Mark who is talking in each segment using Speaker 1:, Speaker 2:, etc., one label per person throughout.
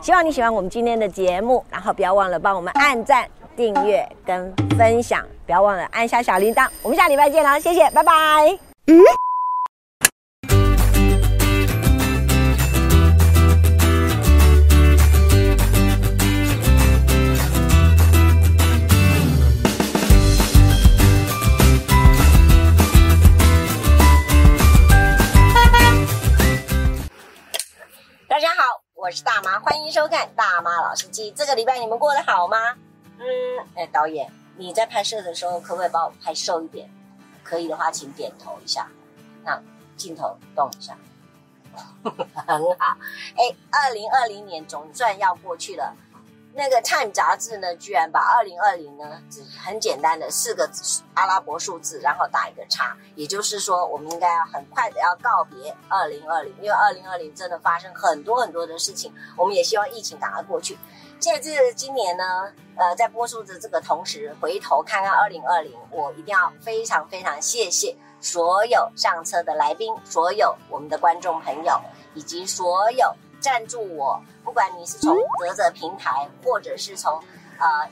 Speaker 1: 希望你喜欢我们今天的节目，然后不要忘了帮我们按赞、订阅跟分享，不要忘了按下小铃铛。我们下礼拜见啦，谢谢，拜拜。大家好，我是大妈，欢迎收看《大妈老司机》。这个礼拜你们过得好吗？嗯，哎，导演，你在拍摄的时候可不可以帮我拍瘦一点？可以的话，请点头一下，让镜头动一下。 很好，哎，二零二零年总算要过去了。那个《Time》杂志呢，居然把二零二零呢，只很简单的四个阿拉伯数字，然后打一个叉，也就是说，我们应该要很快的要告别二零二零，因为二零二零真的发生很多很多的事情，我们也希望疫情赶快过去。这次今年呢，呃，在播出的这个同时，回头看看二零二零，我一定要非常非常谢谢所有上车的来宾，所有我们的观众朋友，以及所有赞助我，不管你是从泽泽平台，或者是从呃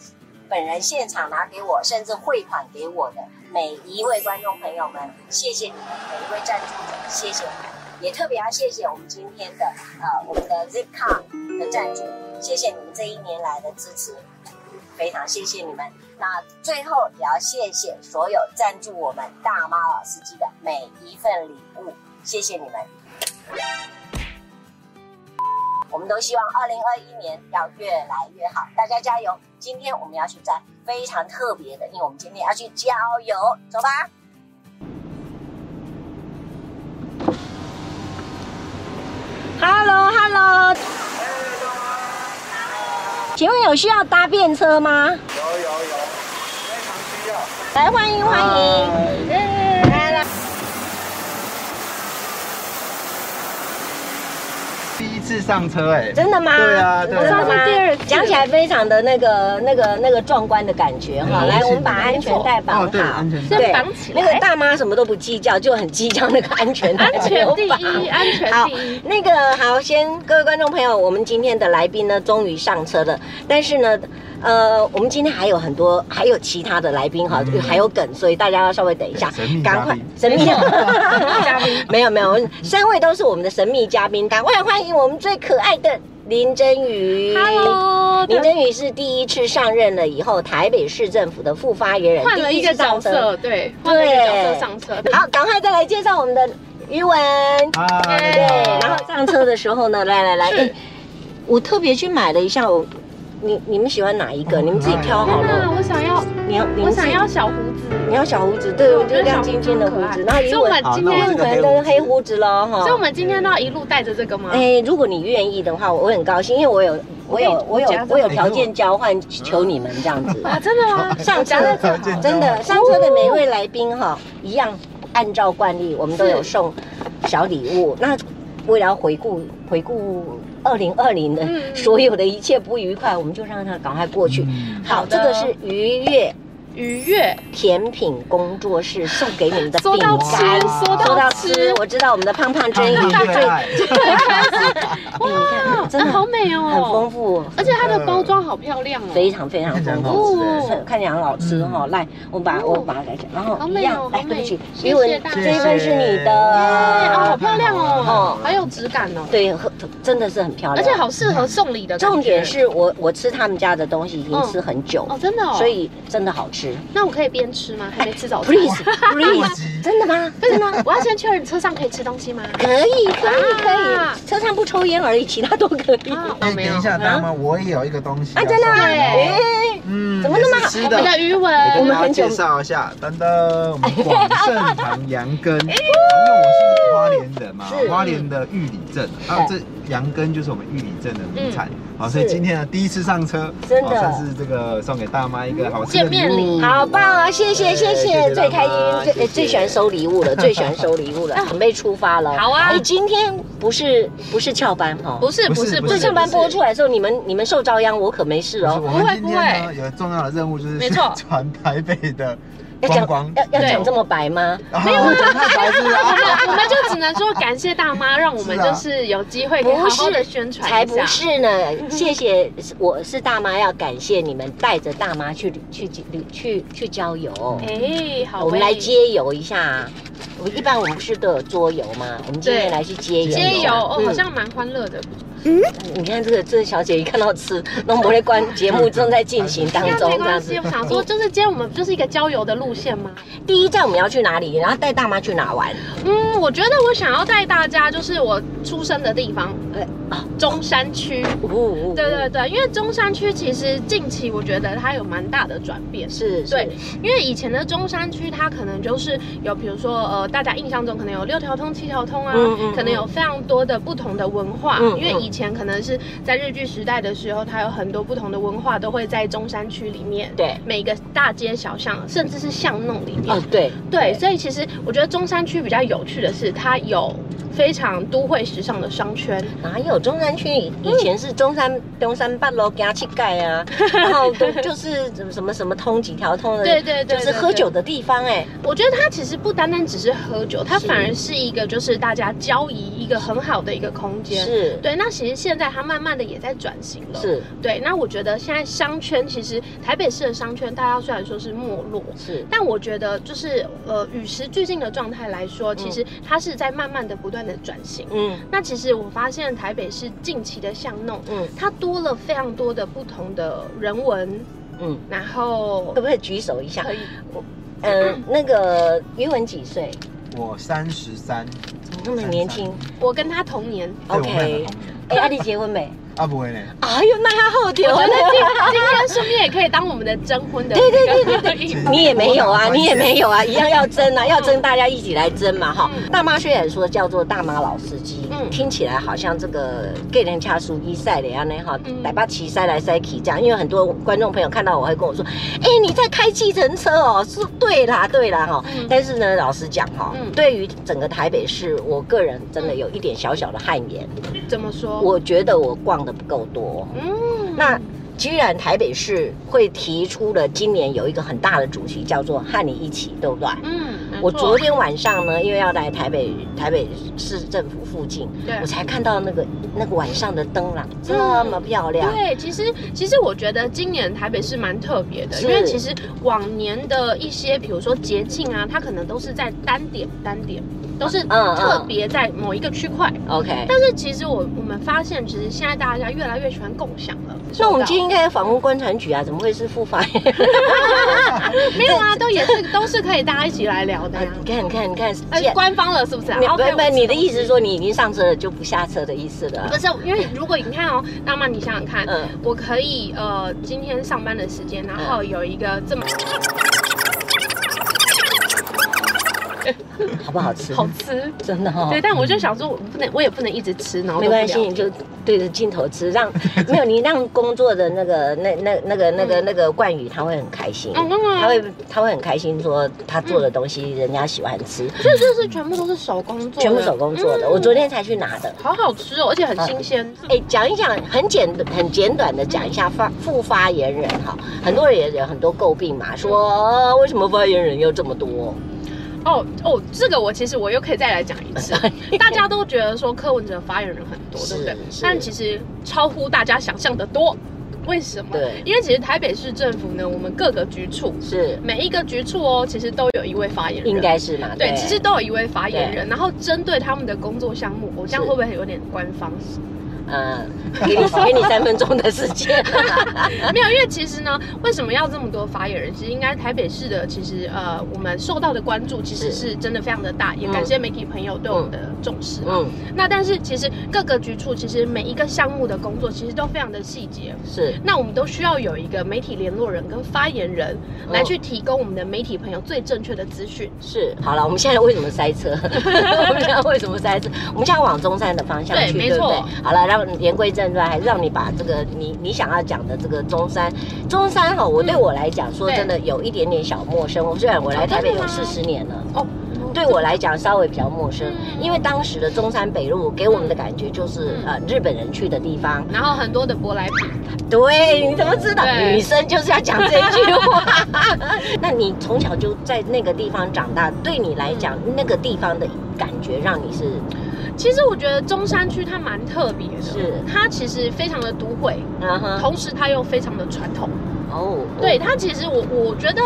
Speaker 1: 本人现场拿给我，甚至汇款给我的每一位观众朋友们，谢谢你们，每一位赞助者，谢谢你们，也特别要谢谢我们今天的呃我们的 Zipcar 的赞助，谢谢你们这一年来的支持，非常谢谢你们。那最后也要谢谢所有赞助我们大妈老司机的每一份礼物，谢谢你们。我们都希望二零二一年要越来越好，大家加油！今天我们要去在非常特别的，因为我们今天要去郊游，走吧。Hello Hello，请问有需要搭便车吗？
Speaker 2: 有有有，非常需要。
Speaker 1: 来欢迎欢迎，来来，
Speaker 2: 第一次上车哎、
Speaker 1: 真的吗？
Speaker 2: 对啊对啊
Speaker 1: 真的吗
Speaker 3: 我上次第二次
Speaker 1: 讲起来非常的那个那个那个壮观的感觉哈。
Speaker 2: 嗯
Speaker 1: 来，
Speaker 2: 是
Speaker 1: 我们把安全带绑好。
Speaker 2: 哦对安全带
Speaker 1: 对
Speaker 3: 先绑起来
Speaker 1: 那个大妈什么都不计较，就很计较那个安全带。
Speaker 3: 安全第一，安全
Speaker 1: 好
Speaker 3: 第一。，
Speaker 1: 那个好，先各位观众朋友，我们今天的来宾呢，终于上车了。但是呢，呃，我们今天还有很多，还有其他的来宾哈，
Speaker 2: 嗯
Speaker 1: 还有梗，所以大家要稍微等一下
Speaker 2: 神秘，
Speaker 1: 赶快
Speaker 2: 嘉
Speaker 1: 神秘嘉宾，没有没有，三位都是我们的神秘嘉宾，赶快欢迎我们最可爱的林真瑜。
Speaker 3: Hello，
Speaker 1: 林真宇是第一次上任了以后，台北市政府的副发言人，
Speaker 3: 换了一个角
Speaker 1: 第次上车。
Speaker 3: 色，对，换了一个角色上车。
Speaker 1: 好，赶快再来介绍我们的余文。
Speaker 2: 啊，
Speaker 1: 对
Speaker 3: 对，
Speaker 1: 然后上车的时候 呢，来来来，
Speaker 3: 是
Speaker 1: 哎，我特别去买了一下，我你你们喜欢哪一个？
Speaker 2: 哦
Speaker 1: 你们自己挑好
Speaker 3: 天哪，
Speaker 1: 了。
Speaker 3: 我想要，
Speaker 1: 你要，你
Speaker 3: 我
Speaker 1: 们自
Speaker 3: 想
Speaker 1: 己
Speaker 3: 要，小胡子。
Speaker 1: 你要小胡子，对，我
Speaker 3: 我
Speaker 1: 觉得
Speaker 3: 觉得
Speaker 1: 亮
Speaker 3: 小
Speaker 1: 晶晶的
Speaker 3: 胡子
Speaker 1: 胡子，
Speaker 3: 很可爱
Speaker 1: 然后余
Speaker 3: 所以我
Speaker 1: 文
Speaker 3: 们今
Speaker 2: 那我
Speaker 3: 天
Speaker 2: 这，
Speaker 1: 可
Speaker 2: 个黑
Speaker 1: 能都是
Speaker 2: 胡子
Speaker 1: 黑胡子了哈
Speaker 3: 所以。我们今天都要一路带着这个吗？
Speaker 1: 哎，如果你愿意的话，我很高兴，因为我有我有我有
Speaker 3: 夹着
Speaker 1: 我有
Speaker 2: 你
Speaker 1: 条件交换，
Speaker 3: 嗯
Speaker 1: 求你们这样子。
Speaker 3: 啊，真的吗？
Speaker 1: 上车
Speaker 3: 夹在这
Speaker 2: 条
Speaker 3: 好哦
Speaker 2: 件
Speaker 1: 真的，上车的每一位来宾哈，一样按照惯例，我们都有送小礼物。那为了要回顾回顾二零二零的
Speaker 3: 嗯
Speaker 1: 所有的一切不愉快，我们就让它赶快过去。
Speaker 2: 嗯
Speaker 1: 好，
Speaker 3: 好的
Speaker 1: 这个是愉悦
Speaker 3: 愉悦，
Speaker 1: 甜品工作室送给你们的饼
Speaker 3: 说到吃
Speaker 1: 干，，
Speaker 3: 说
Speaker 1: 说到
Speaker 3: 到
Speaker 1: 吃
Speaker 3: 吃，，
Speaker 1: 我知道我们的胖胖真宇
Speaker 2: 真
Speaker 1: 最
Speaker 2: 最爱，
Speaker 3: 哇，
Speaker 1: 真的
Speaker 3: 好美哦，
Speaker 1: 很丰富，
Speaker 3: 而且它的包装好漂亮哦，
Speaker 1: 非常非常
Speaker 2: 看起来
Speaker 1: 丰
Speaker 2: 很
Speaker 1: 富。
Speaker 2: 好吃哎、
Speaker 3: 哦
Speaker 1: 看起来很好吃哈、来，我把、
Speaker 3: 哦
Speaker 1: 我把它改成，然后
Speaker 3: 好
Speaker 1: 一
Speaker 3: 美
Speaker 1: 样，
Speaker 3: 哦
Speaker 1: 来，
Speaker 3: 好
Speaker 1: 对不
Speaker 3: 美
Speaker 1: 起，
Speaker 3: 谢
Speaker 1: 余文
Speaker 3: 谢大家
Speaker 1: 这一份是你
Speaker 3: 哎哦，好
Speaker 1: 的，
Speaker 3: 漂亮
Speaker 1: 哦
Speaker 3: 哦，好有质感哦，
Speaker 1: 对，很真的是很漂
Speaker 3: 而
Speaker 1: 亮，
Speaker 3: 且好适合送礼的感觉。
Speaker 1: 重点是我我吃他们家的东西已经
Speaker 3: 嗯
Speaker 1: 吃很久，
Speaker 3: 哦，真的哦，
Speaker 1: 所以真的好吃。
Speaker 3: 那我可以边吃吗？还没吃早餐。
Speaker 1: Please
Speaker 2: 我
Speaker 1: please，
Speaker 2: 急
Speaker 1: 真的吗？
Speaker 3: 不是呢，我要先确认车上可以吃东西吗？
Speaker 1: 可以可以
Speaker 3: 啊
Speaker 1: 可以，车上不抽烟而已，其他都可以。
Speaker 3: 啊，
Speaker 2: 哎
Speaker 3: 哦，没有
Speaker 2: 等一。下，大妈，我也有一个东西
Speaker 1: 啊，真的、啊？
Speaker 3: 对
Speaker 1: 哎、
Speaker 2: 嗯，
Speaker 1: 怎么那么好
Speaker 2: 也
Speaker 1: 哎
Speaker 2: 是吃
Speaker 3: 我们
Speaker 2: 的
Speaker 3: 的。余
Speaker 2: 我
Speaker 3: 文，
Speaker 2: 跟大家介绍一下，噔噔，我们广盛堂羊羹，因为我是花莲人嘛
Speaker 1: 哎是，哎
Speaker 2: 花莲的玉里镇，啊，这羊羹就是我们玉里镇的名产，好，所以
Speaker 1: 嗯是
Speaker 2: 今天呢第一次上车，
Speaker 1: 真的
Speaker 2: 好算是这个送给大妈一个好吃的
Speaker 3: 见面
Speaker 2: 礼物，
Speaker 1: 好棒哦！谢谢
Speaker 2: 对
Speaker 1: 谢
Speaker 2: 嗯哎谢
Speaker 1: 谢，
Speaker 2: 谢大
Speaker 1: 最开心
Speaker 2: 妈，
Speaker 1: 最
Speaker 2: 谢谢
Speaker 1: 最喜欢收礼物 了，最喜欢收礼物了，准备出发了。
Speaker 3: 啊好啊
Speaker 1: 你今天不是不是翘班哈？
Speaker 3: 不是
Speaker 2: 不
Speaker 3: 不
Speaker 2: 是
Speaker 3: 是
Speaker 2: 不
Speaker 3: 不
Speaker 2: 是
Speaker 3: 是，
Speaker 1: 这上班播出来的时候，你们你们受遭殃，我可没事
Speaker 2: 不是
Speaker 1: 哦。
Speaker 2: 我
Speaker 3: 不会
Speaker 2: 们今天呢有重要的任务就是
Speaker 3: 没错
Speaker 2: 宣传台北的
Speaker 1: 要讲
Speaker 2: 光
Speaker 1: 要要
Speaker 3: 对
Speaker 1: 讲这么白吗？
Speaker 2: 没有啊讲太
Speaker 1: 啊
Speaker 2: 白痴了。
Speaker 3: 我们就只能说感谢大妈，让我们
Speaker 2: 是啊
Speaker 3: 就是有机会可以好好的宣传
Speaker 1: 才
Speaker 3: 一
Speaker 1: 不
Speaker 3: 下。嗯
Speaker 1: 是呢！谢谢，我是大妈，要感谢你们带着大妈去旅去旅去去郊游。
Speaker 3: 哎，好，
Speaker 1: 我们来接游一下。我们一般我们不是都有桌游吗？我们今天
Speaker 3: 对
Speaker 1: 来去接游。
Speaker 3: 接油哦，
Speaker 1: 嗯
Speaker 3: 好像蛮欢乐的。
Speaker 1: 你看这个这个小姐一看到吃，那我们的关节目正在进行当
Speaker 3: 那
Speaker 1: 中，这
Speaker 3: 没
Speaker 1: 样
Speaker 3: 关系，
Speaker 1: 子
Speaker 3: 我。想说，就是今天我们就是一个郊游的路线吗？
Speaker 1: 第一站我们要去哪里？然后带大妈去哪玩？
Speaker 3: 嗯，我觉得我想要带大家，就是我出生的地方，
Speaker 1: 哎啊
Speaker 3: 中山区。
Speaker 1: 呜
Speaker 3: 对对，对，因为中山区其实近期我觉得它有蛮大的转变，
Speaker 1: 是，是
Speaker 3: 对，因为以前的中山区它可能就是有，比如说呃，大家印象中可能有六条通、七条通啊，
Speaker 1: 嗯嗯
Speaker 3: 可能有非常多的不同的文化，
Speaker 1: 嗯
Speaker 3: 因为
Speaker 1: 嗯
Speaker 3: 以前可能是在日据时代的时候，它有很多不同的文化都会在中山区里面，
Speaker 1: 哦对，
Speaker 3: 每个大街小巷甚至是巷弄里面，
Speaker 1: 哦对
Speaker 3: 对，所以其实我觉得中山区比较有趣的是，它有非常都会时尚的商圈，
Speaker 1: 哪有中山区？以前是中山东山半路给他去盖 啊，然后都就是什么什么什么通几条通的，
Speaker 3: 对对对，
Speaker 1: 就是
Speaker 3: 对
Speaker 1: 喝
Speaker 3: 对
Speaker 1: 酒的地方哎，
Speaker 3: 我觉得它其实不单单只是喝酒，它
Speaker 1: 是
Speaker 3: 反而是一个就是大家交易一个很好的一个空间。
Speaker 1: 是
Speaker 3: 对，那其实现在它慢慢的也在转型了。，
Speaker 1: 是
Speaker 3: 对。那我觉得现在商圈其实台北市的商圈，大家虽然说是没落，
Speaker 1: 是
Speaker 3: 但我觉得就是呃与时俱进的状态来说，其实它是在慢慢的不断的转型。
Speaker 1: 嗯
Speaker 3: 那其实我发现台北市近期的巷弄，
Speaker 1: 嗯
Speaker 3: 它多了非常多的不同的人文，
Speaker 1: 嗯，
Speaker 3: 然后
Speaker 1: 可不可以举手一下？
Speaker 3: 可以
Speaker 1: 嗯，那个余文几岁？
Speaker 2: 我三十三，
Speaker 1: 怎么那么年轻
Speaker 3: 我跟他同 年，
Speaker 2: 对我们
Speaker 1: ？OK，
Speaker 2: 两个同年。
Speaker 1: 哎，阿丽结婚没？
Speaker 2: 啊，不会呢，
Speaker 1: 哎呦，那要后丢
Speaker 3: 我觉得
Speaker 1: 了。
Speaker 3: 今今天顺便也可以当我们的征婚的，对对对对对，
Speaker 1: 你也没有啊，你也没有啊，一样要争啊，要争
Speaker 3: 嗯
Speaker 1: 大家一起来争嘛哈。
Speaker 3: 嗯
Speaker 1: 大妈虽然说叫做大妈老司机，
Speaker 3: 嗯
Speaker 1: 听起来好像这个给人家属一赛的样呢哈
Speaker 3: 嗯，
Speaker 1: 来把骑塞来塞去这样，因为很多观众朋友看到我会跟我说，哎、你在开计程车哦，是对啦对啦哈。
Speaker 3: 嗯
Speaker 1: 但是呢，老实讲哈、
Speaker 3: 嗯
Speaker 1: 对于整个台北市，我个人真的有一点小小的汗颜。
Speaker 3: 怎么说？
Speaker 1: 我觉得我逛的不够多。
Speaker 3: 嗯
Speaker 1: 那居然台北市会提出了今年有一个很大的主题，叫做“和你一起”，对不对？
Speaker 3: 嗯，没
Speaker 1: 我
Speaker 3: 错
Speaker 1: 昨天晚上呢，因为要来台北台北市政府附近，
Speaker 3: 对嗯
Speaker 1: 我才看到那个那个晚上的灯朗这么漂亮。
Speaker 3: 对，其实其实我觉得今年台北是蛮特别的，
Speaker 1: 是
Speaker 3: 因为其实往年的一些，比如说节庆啊，它可能都是在单点单点，都是
Speaker 1: 嗯
Speaker 3: 特别在某一个区块。
Speaker 1: OK，
Speaker 3: 但是其实我我们发现，其实现在大家越来越喜欢共享了。
Speaker 1: 那我们
Speaker 3: 收
Speaker 1: 今
Speaker 3: 到
Speaker 1: 天应该访问观察局啊，怎么会是复 发？
Speaker 3: 没有啊，都也是都是可以大家一起来聊的呀、
Speaker 1: 你看，你看，你看，既
Speaker 3: 哎，
Speaker 1: 然
Speaker 3: 官方了是不是、啊？
Speaker 1: 你不
Speaker 3: OK，我
Speaker 1: 不，
Speaker 3: 知
Speaker 1: 你的
Speaker 3: 道
Speaker 1: 意思是说你已经上车了就不下车的意思了
Speaker 3: 不？是？因为如果你看哦，大妈，你想想看，
Speaker 1: 嗯，
Speaker 3: 我可以呃今天上班的时间，然后有一个这么
Speaker 1: 好不好吃？
Speaker 3: 好吃，
Speaker 1: 真的哈、
Speaker 3: 对，但我就想说，我不能，我也不能一直吃，然后
Speaker 1: 没
Speaker 3: 都不
Speaker 1: 关系，
Speaker 3: 聊
Speaker 1: 你就对着镜头吃，让 没有你让工作的那个那那那个那个那个冠宇他会很开心，
Speaker 3: 嗯嗯嗯
Speaker 1: 他会他会很开心说他做的东西人家喜欢吃，
Speaker 3: 这就是全部都是手工做的，
Speaker 1: 全部手工做的，
Speaker 3: 嗯
Speaker 1: 我昨天才去拿的。
Speaker 3: 好好吃哦，而且很新鲜。
Speaker 1: 哎，讲一讲，很简很简短的讲一下发副发言人哈，很多人也有很多诟病嘛，
Speaker 3: 嗯
Speaker 1: 说啊为什么发言人又这么多？
Speaker 3: 哦哦，这个我其实我又可以再来讲一 次。大家都觉得说柯文哲发言人很多，对不对
Speaker 1: 是？是
Speaker 3: 但其实超乎大家想象的多。为什么？
Speaker 1: 对
Speaker 3: 因为其实台北市政府呢，我们各个局处，
Speaker 1: 是
Speaker 3: 每一个局处哦，其实都有一位发言人。
Speaker 1: 应该是嘛？
Speaker 3: 对，其实都有一位发言人，然后针对他们的工作项目，我这样
Speaker 1: 是
Speaker 3: 会不会有点官方？
Speaker 1: 嗯，给你给你三分钟的时间，
Speaker 3: 没有，因为其实呢，为什么要这么多发言人？其实应该台北市的，其实呃，我们受到的关注其实
Speaker 1: 是
Speaker 3: 是真的非常的大，也
Speaker 1: 嗯
Speaker 3: 感谢媒体朋友对我们的重视。
Speaker 1: 嗯，
Speaker 3: 那但是其实各个局处，其实每一个项目的工作其实都非常的细节。
Speaker 1: 是
Speaker 3: 那我们都需要有一个媒体联络人跟发言人
Speaker 1: 嗯
Speaker 3: 来去提供我们的媒体朋友最正确的资讯。
Speaker 1: 是，好了，我们现在为什么塞 车？我们现在为什么塞车？我们现在往中山的方向
Speaker 3: 对
Speaker 1: 去，
Speaker 3: 没
Speaker 1: 对不对
Speaker 3: 错？
Speaker 1: 好了，让言归正传，还是让你把这个你你想要讲的这个中山，中山哈，我对
Speaker 3: 嗯
Speaker 1: 我来讲，说
Speaker 3: 对
Speaker 1: 真的有一点点小陌生。我虽然我来台北有
Speaker 3: 真的吗
Speaker 1: 四十年了，
Speaker 3: 哦，
Speaker 1: 对我来讲稍微比较陌生，
Speaker 3: 嗯
Speaker 1: 因为当时的中山北路给我们的感觉就是
Speaker 3: 嗯
Speaker 1: 呃日本人去的地方。
Speaker 3: 然后很多的舶来品，
Speaker 1: 对，你怎么知道？
Speaker 3: 对
Speaker 1: 女生就是要讲这句 话。那你从小就在那个地方长大，对你来讲，那个地方的感觉让你是
Speaker 3: 其实我觉得中山区它蛮特别的，
Speaker 1: 是
Speaker 3: 它其实非常的都会，
Speaker 1: 嗯哼
Speaker 3: 同时它又非常的传统。
Speaker 1: 哦，
Speaker 3: 对它其实我我觉得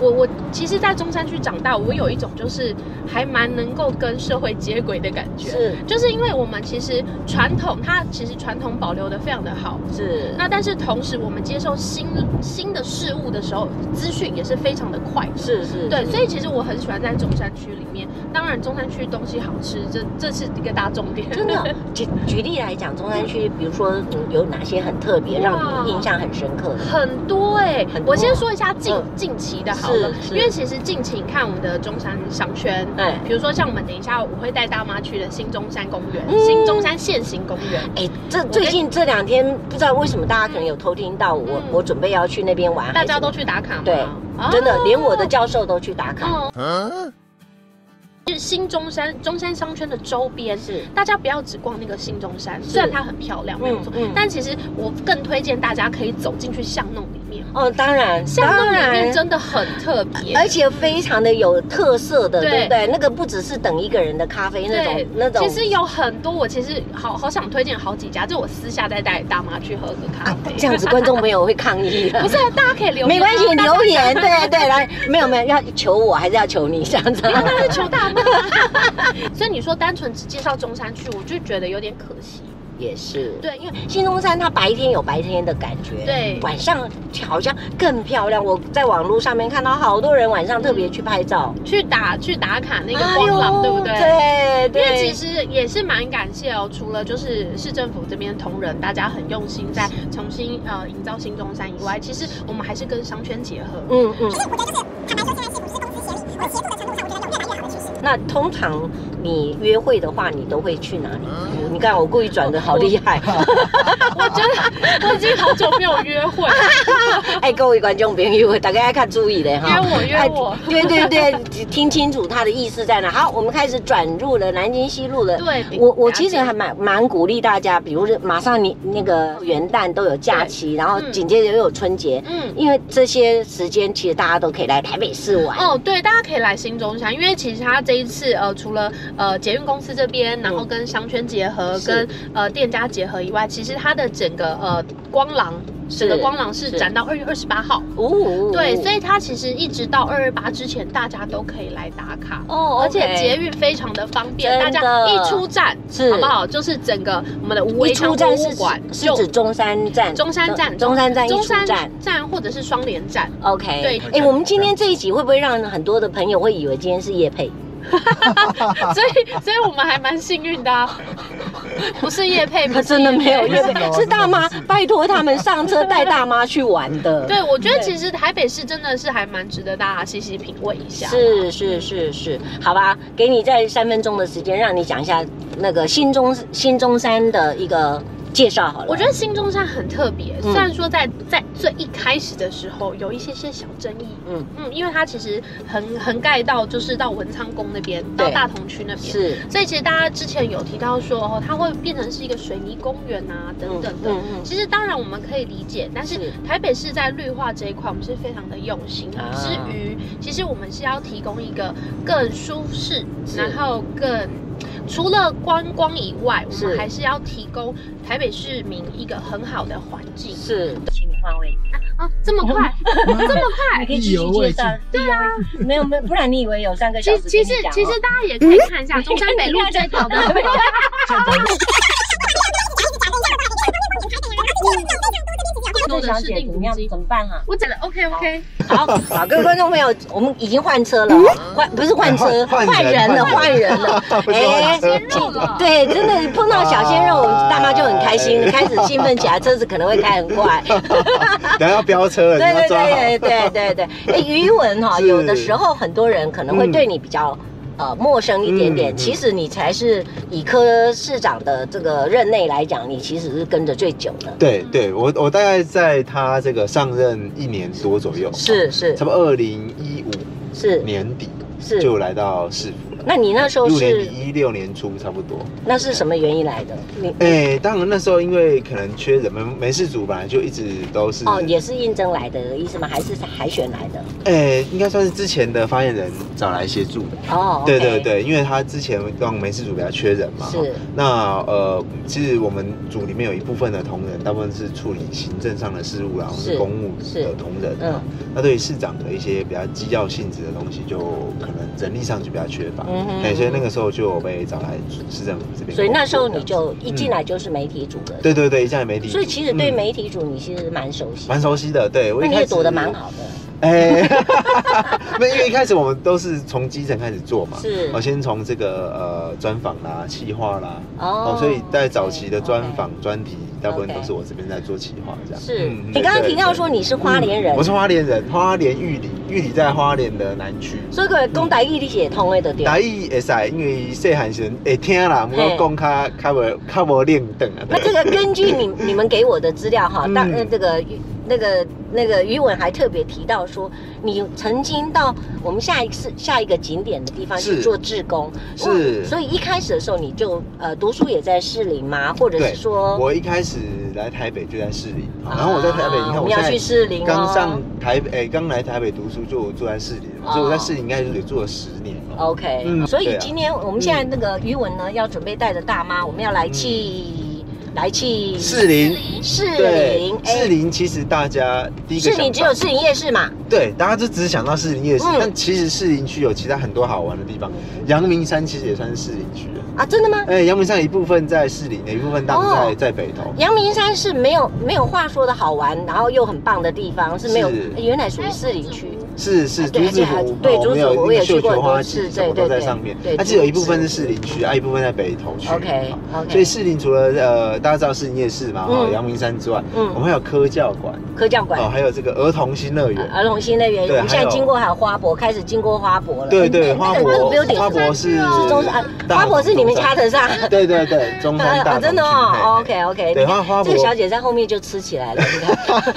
Speaker 3: 我我其实，在中山区长大，我有一种就是还蛮能够跟社会接轨的感觉。
Speaker 1: 是
Speaker 3: 就是因为我们其实传统，它其实传统保留的非常的好，
Speaker 1: 是
Speaker 3: 那但是同时我们接受新新的事物的时候，资讯也是非常的快。
Speaker 1: 是是，
Speaker 3: 对，
Speaker 1: 是
Speaker 3: 所以其实我很喜欢在中山区里面。当然，中山区东西好吃，这这是一个大重点。
Speaker 1: 真的举举例来讲，中山区，比如说嗯有哪些很特别，让你印象很深刻的？
Speaker 3: 很多哎、
Speaker 1: 很多欸
Speaker 3: 我先说一下近、
Speaker 1: 嗯
Speaker 3: 近期的好了，
Speaker 1: 是是
Speaker 3: 因为其实近期你看我们的中山商圈。
Speaker 1: 哎
Speaker 3: 比如说，像我们等一下我会带大妈去的新中山公园、
Speaker 1: 嗯
Speaker 3: 新中山现行公园，
Speaker 1: 哎，这最近这两天不知道为什么大家可能有偷听到我，
Speaker 3: 嗯
Speaker 1: 我准备要去那边玩，
Speaker 3: 大家
Speaker 1: 还是
Speaker 3: 都去打卡吗？
Speaker 1: 对
Speaker 3: 啊
Speaker 1: 真的连我的教授都去打卡，
Speaker 3: 哦，
Speaker 2: 啊
Speaker 3: 就是新中山中山商圈的周边，
Speaker 1: 是
Speaker 3: 大家不要只逛那个新中山，虽然它很漂亮，没有错，
Speaker 1: 嗯嗯
Speaker 3: 但其实我更推荐大家可以走进去巷弄里面，
Speaker 1: 哦，当然，哎
Speaker 3: 巷弄
Speaker 1: 当
Speaker 3: 里面
Speaker 1: 然。
Speaker 3: 真的很特别，
Speaker 1: 而且非常的有特色的，
Speaker 3: 对
Speaker 1: 对不对？那个不只是等一个人的咖啡那
Speaker 3: 对
Speaker 1: 种，那种
Speaker 3: 其实有很多，我其实好好想推荐好几家，就我私下再带大妈去喝个咖
Speaker 1: 啊
Speaker 3: 啡。
Speaker 1: 这样子观众朋友会抗议的。
Speaker 3: 不是，啊大家可以留言，
Speaker 1: 没关系，
Speaker 3: 大家
Speaker 1: 留 言，对对，来，没有没有，要求我还是要求你这样子？
Speaker 3: 但是求大妈。 所以你说单纯只介绍中山区，我就觉得有点可惜。
Speaker 1: 也是，
Speaker 3: 对，因为
Speaker 1: 新中山它白天有白天的感觉，
Speaker 3: 对
Speaker 1: 晚上好像更漂亮。我在网络上面看到好多人晚上特别去拍照，
Speaker 3: 去打去打卡那个光廊，对不对？
Speaker 1: 哎对
Speaker 3: 因为其
Speaker 1: 对，
Speaker 3: 实也是蛮感谢哦，除了就是市政府这边同仁大家很用心在重新呃营造新中山以外，其实我们还是跟商圈结 合。
Speaker 1: 嗯嗯。
Speaker 4: 坦白说，现在戏不是公司协力，我们协助的程度上，我觉得有越来越好的趋势。
Speaker 1: 那通常你约会的话，你都会去哪里？你看我故意转的好厉害。
Speaker 3: 我觉得我已经好久没有约 会了，
Speaker 1: 哎，各位观众朋友，大家要看注意的哈。
Speaker 3: 约我约
Speaker 1: 哎
Speaker 3: 我
Speaker 1: 对对对，听清楚他的意思在哪。好，我们开始转入了南京西路了。
Speaker 3: 对
Speaker 1: 我我其实
Speaker 3: 了解
Speaker 1: 还蛮蛮鼓励大家，比如是马上你那个呃元旦都有假期，然后
Speaker 3: 嗯
Speaker 1: 紧接着又有春节，
Speaker 3: 嗯。
Speaker 1: 因为这些时间其实大家都可以来台北市玩。
Speaker 3: 哦，对，大家可以来新中山，因为其实它这一次呃，除了呃捷运公司这边，然后跟商圈结合，
Speaker 1: 是
Speaker 3: 跟呃店家结合以外，其实它的整个呃光廊，整个
Speaker 1: 是
Speaker 3: 光廊是
Speaker 1: 是
Speaker 3: 展到二月二十八号，
Speaker 1: 哦，
Speaker 3: 对，所以它其实一直到二二八之前，大家都可以来打卡。
Speaker 1: 哦，
Speaker 3: 而且捷
Speaker 1: 运
Speaker 3: 运非常的方便，大
Speaker 1: 真的
Speaker 3: 家一出站
Speaker 1: 是
Speaker 3: 好不好？就是整个我们的无
Speaker 1: 一
Speaker 3: 围
Speaker 1: 出
Speaker 3: 墙博
Speaker 1: 站是
Speaker 3: 物馆，
Speaker 1: 是指中山站，
Speaker 3: 中山站、
Speaker 1: 中山站一
Speaker 3: 中
Speaker 1: 出
Speaker 3: 山
Speaker 1: 站。
Speaker 3: 站或者是双连站，
Speaker 1: OK，
Speaker 3: 对
Speaker 1: 哎、我们今天这一集会不会让很多的朋友会以为今天是叶配？
Speaker 3: 所以所以我们还蛮幸运的、啊， 不是叶 配，不是
Speaker 1: 真的没有
Speaker 3: 业
Speaker 1: 叶
Speaker 3: 配
Speaker 2: 真的
Speaker 1: 配，
Speaker 2: 吗
Speaker 1: 是大妈
Speaker 2: 真的不是
Speaker 1: 拜托他们上车带大妈去玩的。
Speaker 3: 对，我觉得
Speaker 1: 对
Speaker 3: 其实台北市真的是还蛮值得大家细细品味一下。啊
Speaker 1: 是是是是，好吧，给你在三分钟的时间，让你讲一下那个新中新中山的一个介绍好了。
Speaker 3: 我觉得新中山很特别，
Speaker 1: 嗯
Speaker 3: 虽然说在在最一开始的时候有一些些小争议，
Speaker 1: 嗯
Speaker 3: 嗯嗯，因为它其实横横盖到就是到文昌宫那边，到
Speaker 1: 对
Speaker 3: 大同区那边，
Speaker 1: 是，
Speaker 3: 所以其实大家之前有提到说，哦，它会变成是一个水泥公园啊，等等的。
Speaker 1: 嗯嗯嗯
Speaker 3: 其实当然我们可以理解，但是
Speaker 1: 是
Speaker 3: 台北市在绿化这一块，我们是非常的用心。
Speaker 1: 啊
Speaker 3: 之余，其实我们是要提供一个更舒适，
Speaker 1: 是
Speaker 3: 然后更除了观光以外，我
Speaker 1: 是
Speaker 3: 们还是要提供台北市民一个很好的环境。
Speaker 1: 是，请你换位，
Speaker 3: 啊，这么快， 这么快
Speaker 1: 你可以继续介绍。对啊，没有没有，不然你以为有三个小
Speaker 3: 其
Speaker 1: 时
Speaker 3: 其
Speaker 1: 跟
Speaker 3: 实
Speaker 1: 你讲哦？嗯
Speaker 3: 其实大家也可以看一下中山北路这 条的
Speaker 1: 哦杜
Speaker 3: 做的
Speaker 1: 小
Speaker 3: 是
Speaker 1: 姐
Speaker 3: 定
Speaker 1: 怎么
Speaker 3: 古
Speaker 1: 样？
Speaker 3: 迹
Speaker 1: 怎。么办啊哈、
Speaker 3: 我讲的 OK OK，
Speaker 1: 好，好，各位观众朋友，我们已经换车了哦，换不是换车，
Speaker 2: 换
Speaker 1: 换人了，换 人了。
Speaker 2: 不是换车
Speaker 1: 哎
Speaker 3: 鲜肉了
Speaker 1: 对，真的碰到小鲜肉，
Speaker 2: 啊
Speaker 1: 大妈就很开心，开始兴奋起来，车子可能会开很快。
Speaker 2: 等下要飙车了，
Speaker 1: 对
Speaker 2: 你要
Speaker 1: 对
Speaker 2: 抓好。
Speaker 1: 对对对 对对。哎，余文哈，
Speaker 2: 是嗯
Speaker 1: 有的时候很多人可能会对你比较。呃，陌生一点点，
Speaker 2: 嗯嗯
Speaker 1: 其实你才是以科市长的这个任内来讲，你其实是跟着最久的，
Speaker 2: 对对，我我大概在他这个上任一年多左右，
Speaker 1: 是是
Speaker 2: 差不多二零一五
Speaker 1: 是
Speaker 2: 年底
Speaker 1: 是
Speaker 2: 就来到市府了。
Speaker 1: 那你那时候
Speaker 2: 入
Speaker 1: 是
Speaker 2: 年一六年初差不多。
Speaker 1: 那是什么原因来的？你
Speaker 2: 哎、当然那时候因为可能缺人，门门市组本来就一直都是
Speaker 1: 哦也是应征来的意思吗？还是海选来的？
Speaker 2: 哎、应该算是之前的发言人找来协助的。
Speaker 1: 哦，
Speaker 2: 对
Speaker 1: OK
Speaker 2: 对，对，因为他之前让门市组比较缺人嘛，
Speaker 1: 是
Speaker 2: 那呃，其实我们组里面有一部分的同仁，大部分是处理行政上的事务啊啦，或
Speaker 1: 是
Speaker 2: 是公务
Speaker 1: 是
Speaker 2: 的同仁
Speaker 1: 嗯
Speaker 2: 啊。那对于市长的一些比较机要性质的东西，就可能人力上就比较缺乏。
Speaker 1: 嗯哼
Speaker 2: 哎，所以那个时候就有被找来市政府这边工作。
Speaker 1: 所以那时候你
Speaker 2: 这样
Speaker 1: 就一进来就是媒体组的，
Speaker 2: 嗯对对对，一下也没理。
Speaker 1: 所以其实对
Speaker 2: 嗯
Speaker 1: 媒体组你其实蛮熟悉，
Speaker 2: 蛮熟悉的，对我
Speaker 1: 那
Speaker 2: 一
Speaker 1: 你
Speaker 2: 开
Speaker 1: 也
Speaker 2: 始
Speaker 1: 躲得蛮。好的，
Speaker 2: 哎， 没有，因为一开始我们都是从基层开始做嘛。
Speaker 1: 是
Speaker 2: 我先从这个呃专访啦、企划啦，
Speaker 1: 哦
Speaker 2: 哦，所以在早期的专
Speaker 1: OK，
Speaker 2: 访、专题，大部分
Speaker 1: OK
Speaker 2: 都是我这边在做企划这样。
Speaker 1: 是
Speaker 2: 嗯
Speaker 1: 你刚刚提到说你是花莲人
Speaker 2: 我，是花莲人，花莲玉里，玉里在花莲的南区。
Speaker 1: 所以个公台语你写通的对
Speaker 2: 台
Speaker 1: 了。
Speaker 2: 语会使，因为细汉时阵会听啦，不过讲较较无较无练等啊。
Speaker 1: 那这个根据你你们给我的资料哈，
Speaker 2: 嗯
Speaker 1: 当呃这个那个那个于文还特别提到说，你曾经到我们下一次下一个景点的地方去
Speaker 2: 是
Speaker 1: 做志工，
Speaker 2: 是
Speaker 1: 哇所以一开始的时候你就呃读书也在士林吗？或者
Speaker 2: 对
Speaker 1: 是说，
Speaker 2: 我一开始来台北就在士林，哦
Speaker 1: 啊
Speaker 2: 然后我在台北，你看
Speaker 1: 我
Speaker 2: 我
Speaker 1: 们要
Speaker 2: 现
Speaker 1: 去
Speaker 2: 在
Speaker 1: 士林哦
Speaker 2: 刚上台北，哎，刚来台北读书就住在士林
Speaker 1: 哦
Speaker 2: 嘛，所以我在士林应该也住了十年了。
Speaker 1: OK，、
Speaker 2: 嗯
Speaker 1: 所以
Speaker 2: 对啊
Speaker 1: 今天我们现在那个余文呢，要准备带着大妈，我们要来去、来去
Speaker 2: 嗯士林，
Speaker 1: 士
Speaker 2: 对
Speaker 1: 林，，哎
Speaker 2: 士林其实大家第一个
Speaker 1: 士
Speaker 2: 想
Speaker 1: 林只有
Speaker 2: 法，
Speaker 1: 士林夜市嘛，
Speaker 2: 对，大家就只想到士林夜市
Speaker 1: 嗯，
Speaker 2: 但其实士林区有其他很多好玩的地方，阳明山其实也算是士林区的。
Speaker 1: 啊，真的吗？
Speaker 2: 哎，阳明山一部分在士林，一部分当然
Speaker 1: 哦
Speaker 2: 在在北投。
Speaker 1: 阳明山是没有没有话说的好玩，然后又很棒的地方，是没有哎
Speaker 2: 是
Speaker 1: 原来属于士林区，
Speaker 2: 是是，
Speaker 1: 啊对
Speaker 2: 竹子
Speaker 1: 而且
Speaker 2: 湖
Speaker 1: 还，对
Speaker 2: 哦
Speaker 1: 竹子
Speaker 2: 没有
Speaker 1: 湖
Speaker 2: 那
Speaker 1: 我也
Speaker 2: 个
Speaker 1: 去
Speaker 2: 绣
Speaker 1: 过很
Speaker 2: 球
Speaker 1: 多
Speaker 2: 花
Speaker 1: 次
Speaker 2: 季什么
Speaker 1: 对
Speaker 2: 都
Speaker 1: 对
Speaker 2: 在
Speaker 1: 对
Speaker 2: 上面
Speaker 1: 对，
Speaker 2: 它
Speaker 1: 竹
Speaker 2: 只有一
Speaker 1: 子
Speaker 2: 部分
Speaker 1: 湖
Speaker 2: 是士林区，啊，一部分在北投区。
Speaker 1: OK，
Speaker 2: 好
Speaker 1: OK
Speaker 2: 所以士林除了呃大家知道士林夜市嘛，哈
Speaker 1: 嗯，
Speaker 2: 阳明山之外，
Speaker 1: 嗯
Speaker 2: 我们还有科教馆，
Speaker 1: 科教馆啊
Speaker 2: 哦，、还有这个儿童新乐园。
Speaker 1: 儿童新乐园，
Speaker 2: 对
Speaker 1: 我们现
Speaker 2: 还有
Speaker 1: 在经过还有花博，开始经过花博了，
Speaker 2: 对对，
Speaker 1: 嗯那
Speaker 2: 花
Speaker 1: 个
Speaker 2: 博
Speaker 1: 那个 building
Speaker 2: 花博是
Speaker 1: 是中山啊，
Speaker 2: 大
Speaker 1: 花博是你
Speaker 2: 中山
Speaker 1: 们家的上。
Speaker 2: 对对对，中山大
Speaker 1: 啊，
Speaker 2: 同
Speaker 1: 真的
Speaker 2: 区嘿嘿
Speaker 1: 哦，OK OK，
Speaker 2: 对花花
Speaker 1: 这个
Speaker 2: 博
Speaker 1: 小姐在后面就吃起来了，你 看，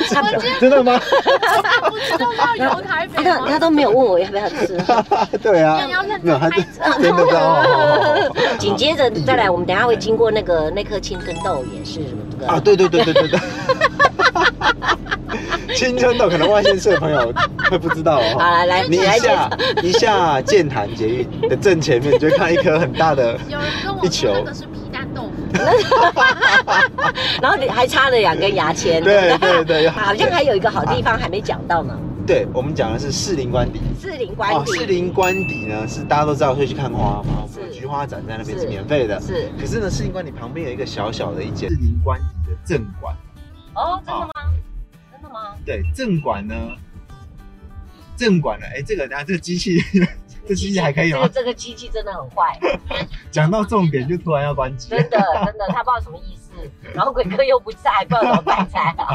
Speaker 1: 她不
Speaker 2: 真的吗？
Speaker 3: 不知道要游台北
Speaker 1: 她都她
Speaker 3: 吗？
Speaker 1: 都没有问我要不 要吃。
Speaker 2: 对啊
Speaker 3: 你要认，真
Speaker 2: 没有，他
Speaker 3: 拍
Speaker 2: 真
Speaker 3: 照
Speaker 2: 真的在哦。
Speaker 1: 紧接着再来，我们等一下会经过那个 那颗青春痘，也是这个
Speaker 2: 啊，对对对对对 对。青春痘可能外县市的朋友会不知道哦。
Speaker 1: 好来来
Speaker 2: 你
Speaker 1: 你来
Speaker 2: 一下一下剑潭捷运的正前面，你就会看一颗很大的，
Speaker 3: 有人跟我
Speaker 2: 一球
Speaker 3: 说那个是皮蛋豆腐，
Speaker 1: 然后你还插了两根牙签，
Speaker 2: 对
Speaker 1: 不
Speaker 2: 对啊对
Speaker 1: 好像还有一个好地方还没讲到呢，
Speaker 2: 对我们讲的是士林官邸。哦
Speaker 1: 士林官邸，
Speaker 2: 士林官邸呢是大家都知道会去看花嘛，我们有
Speaker 1: 是
Speaker 2: 菊花展在那边
Speaker 1: 是
Speaker 2: 是免费的。
Speaker 1: 是
Speaker 2: 可是呢，士林官邸旁边有一个小小的一间士林官邸的正馆。
Speaker 1: 哦，真的吗？真的吗？
Speaker 2: 对，正馆呢，正馆呢，哎，这个等下这个机器， 这机器还可以
Speaker 1: 这个
Speaker 2: 吗？
Speaker 1: 这个机器真的很坏，
Speaker 2: 讲到重点就突然要关机。
Speaker 1: 真的真的，他不知道什么意思，然后鬼哥又不在，不知道怎么办才好。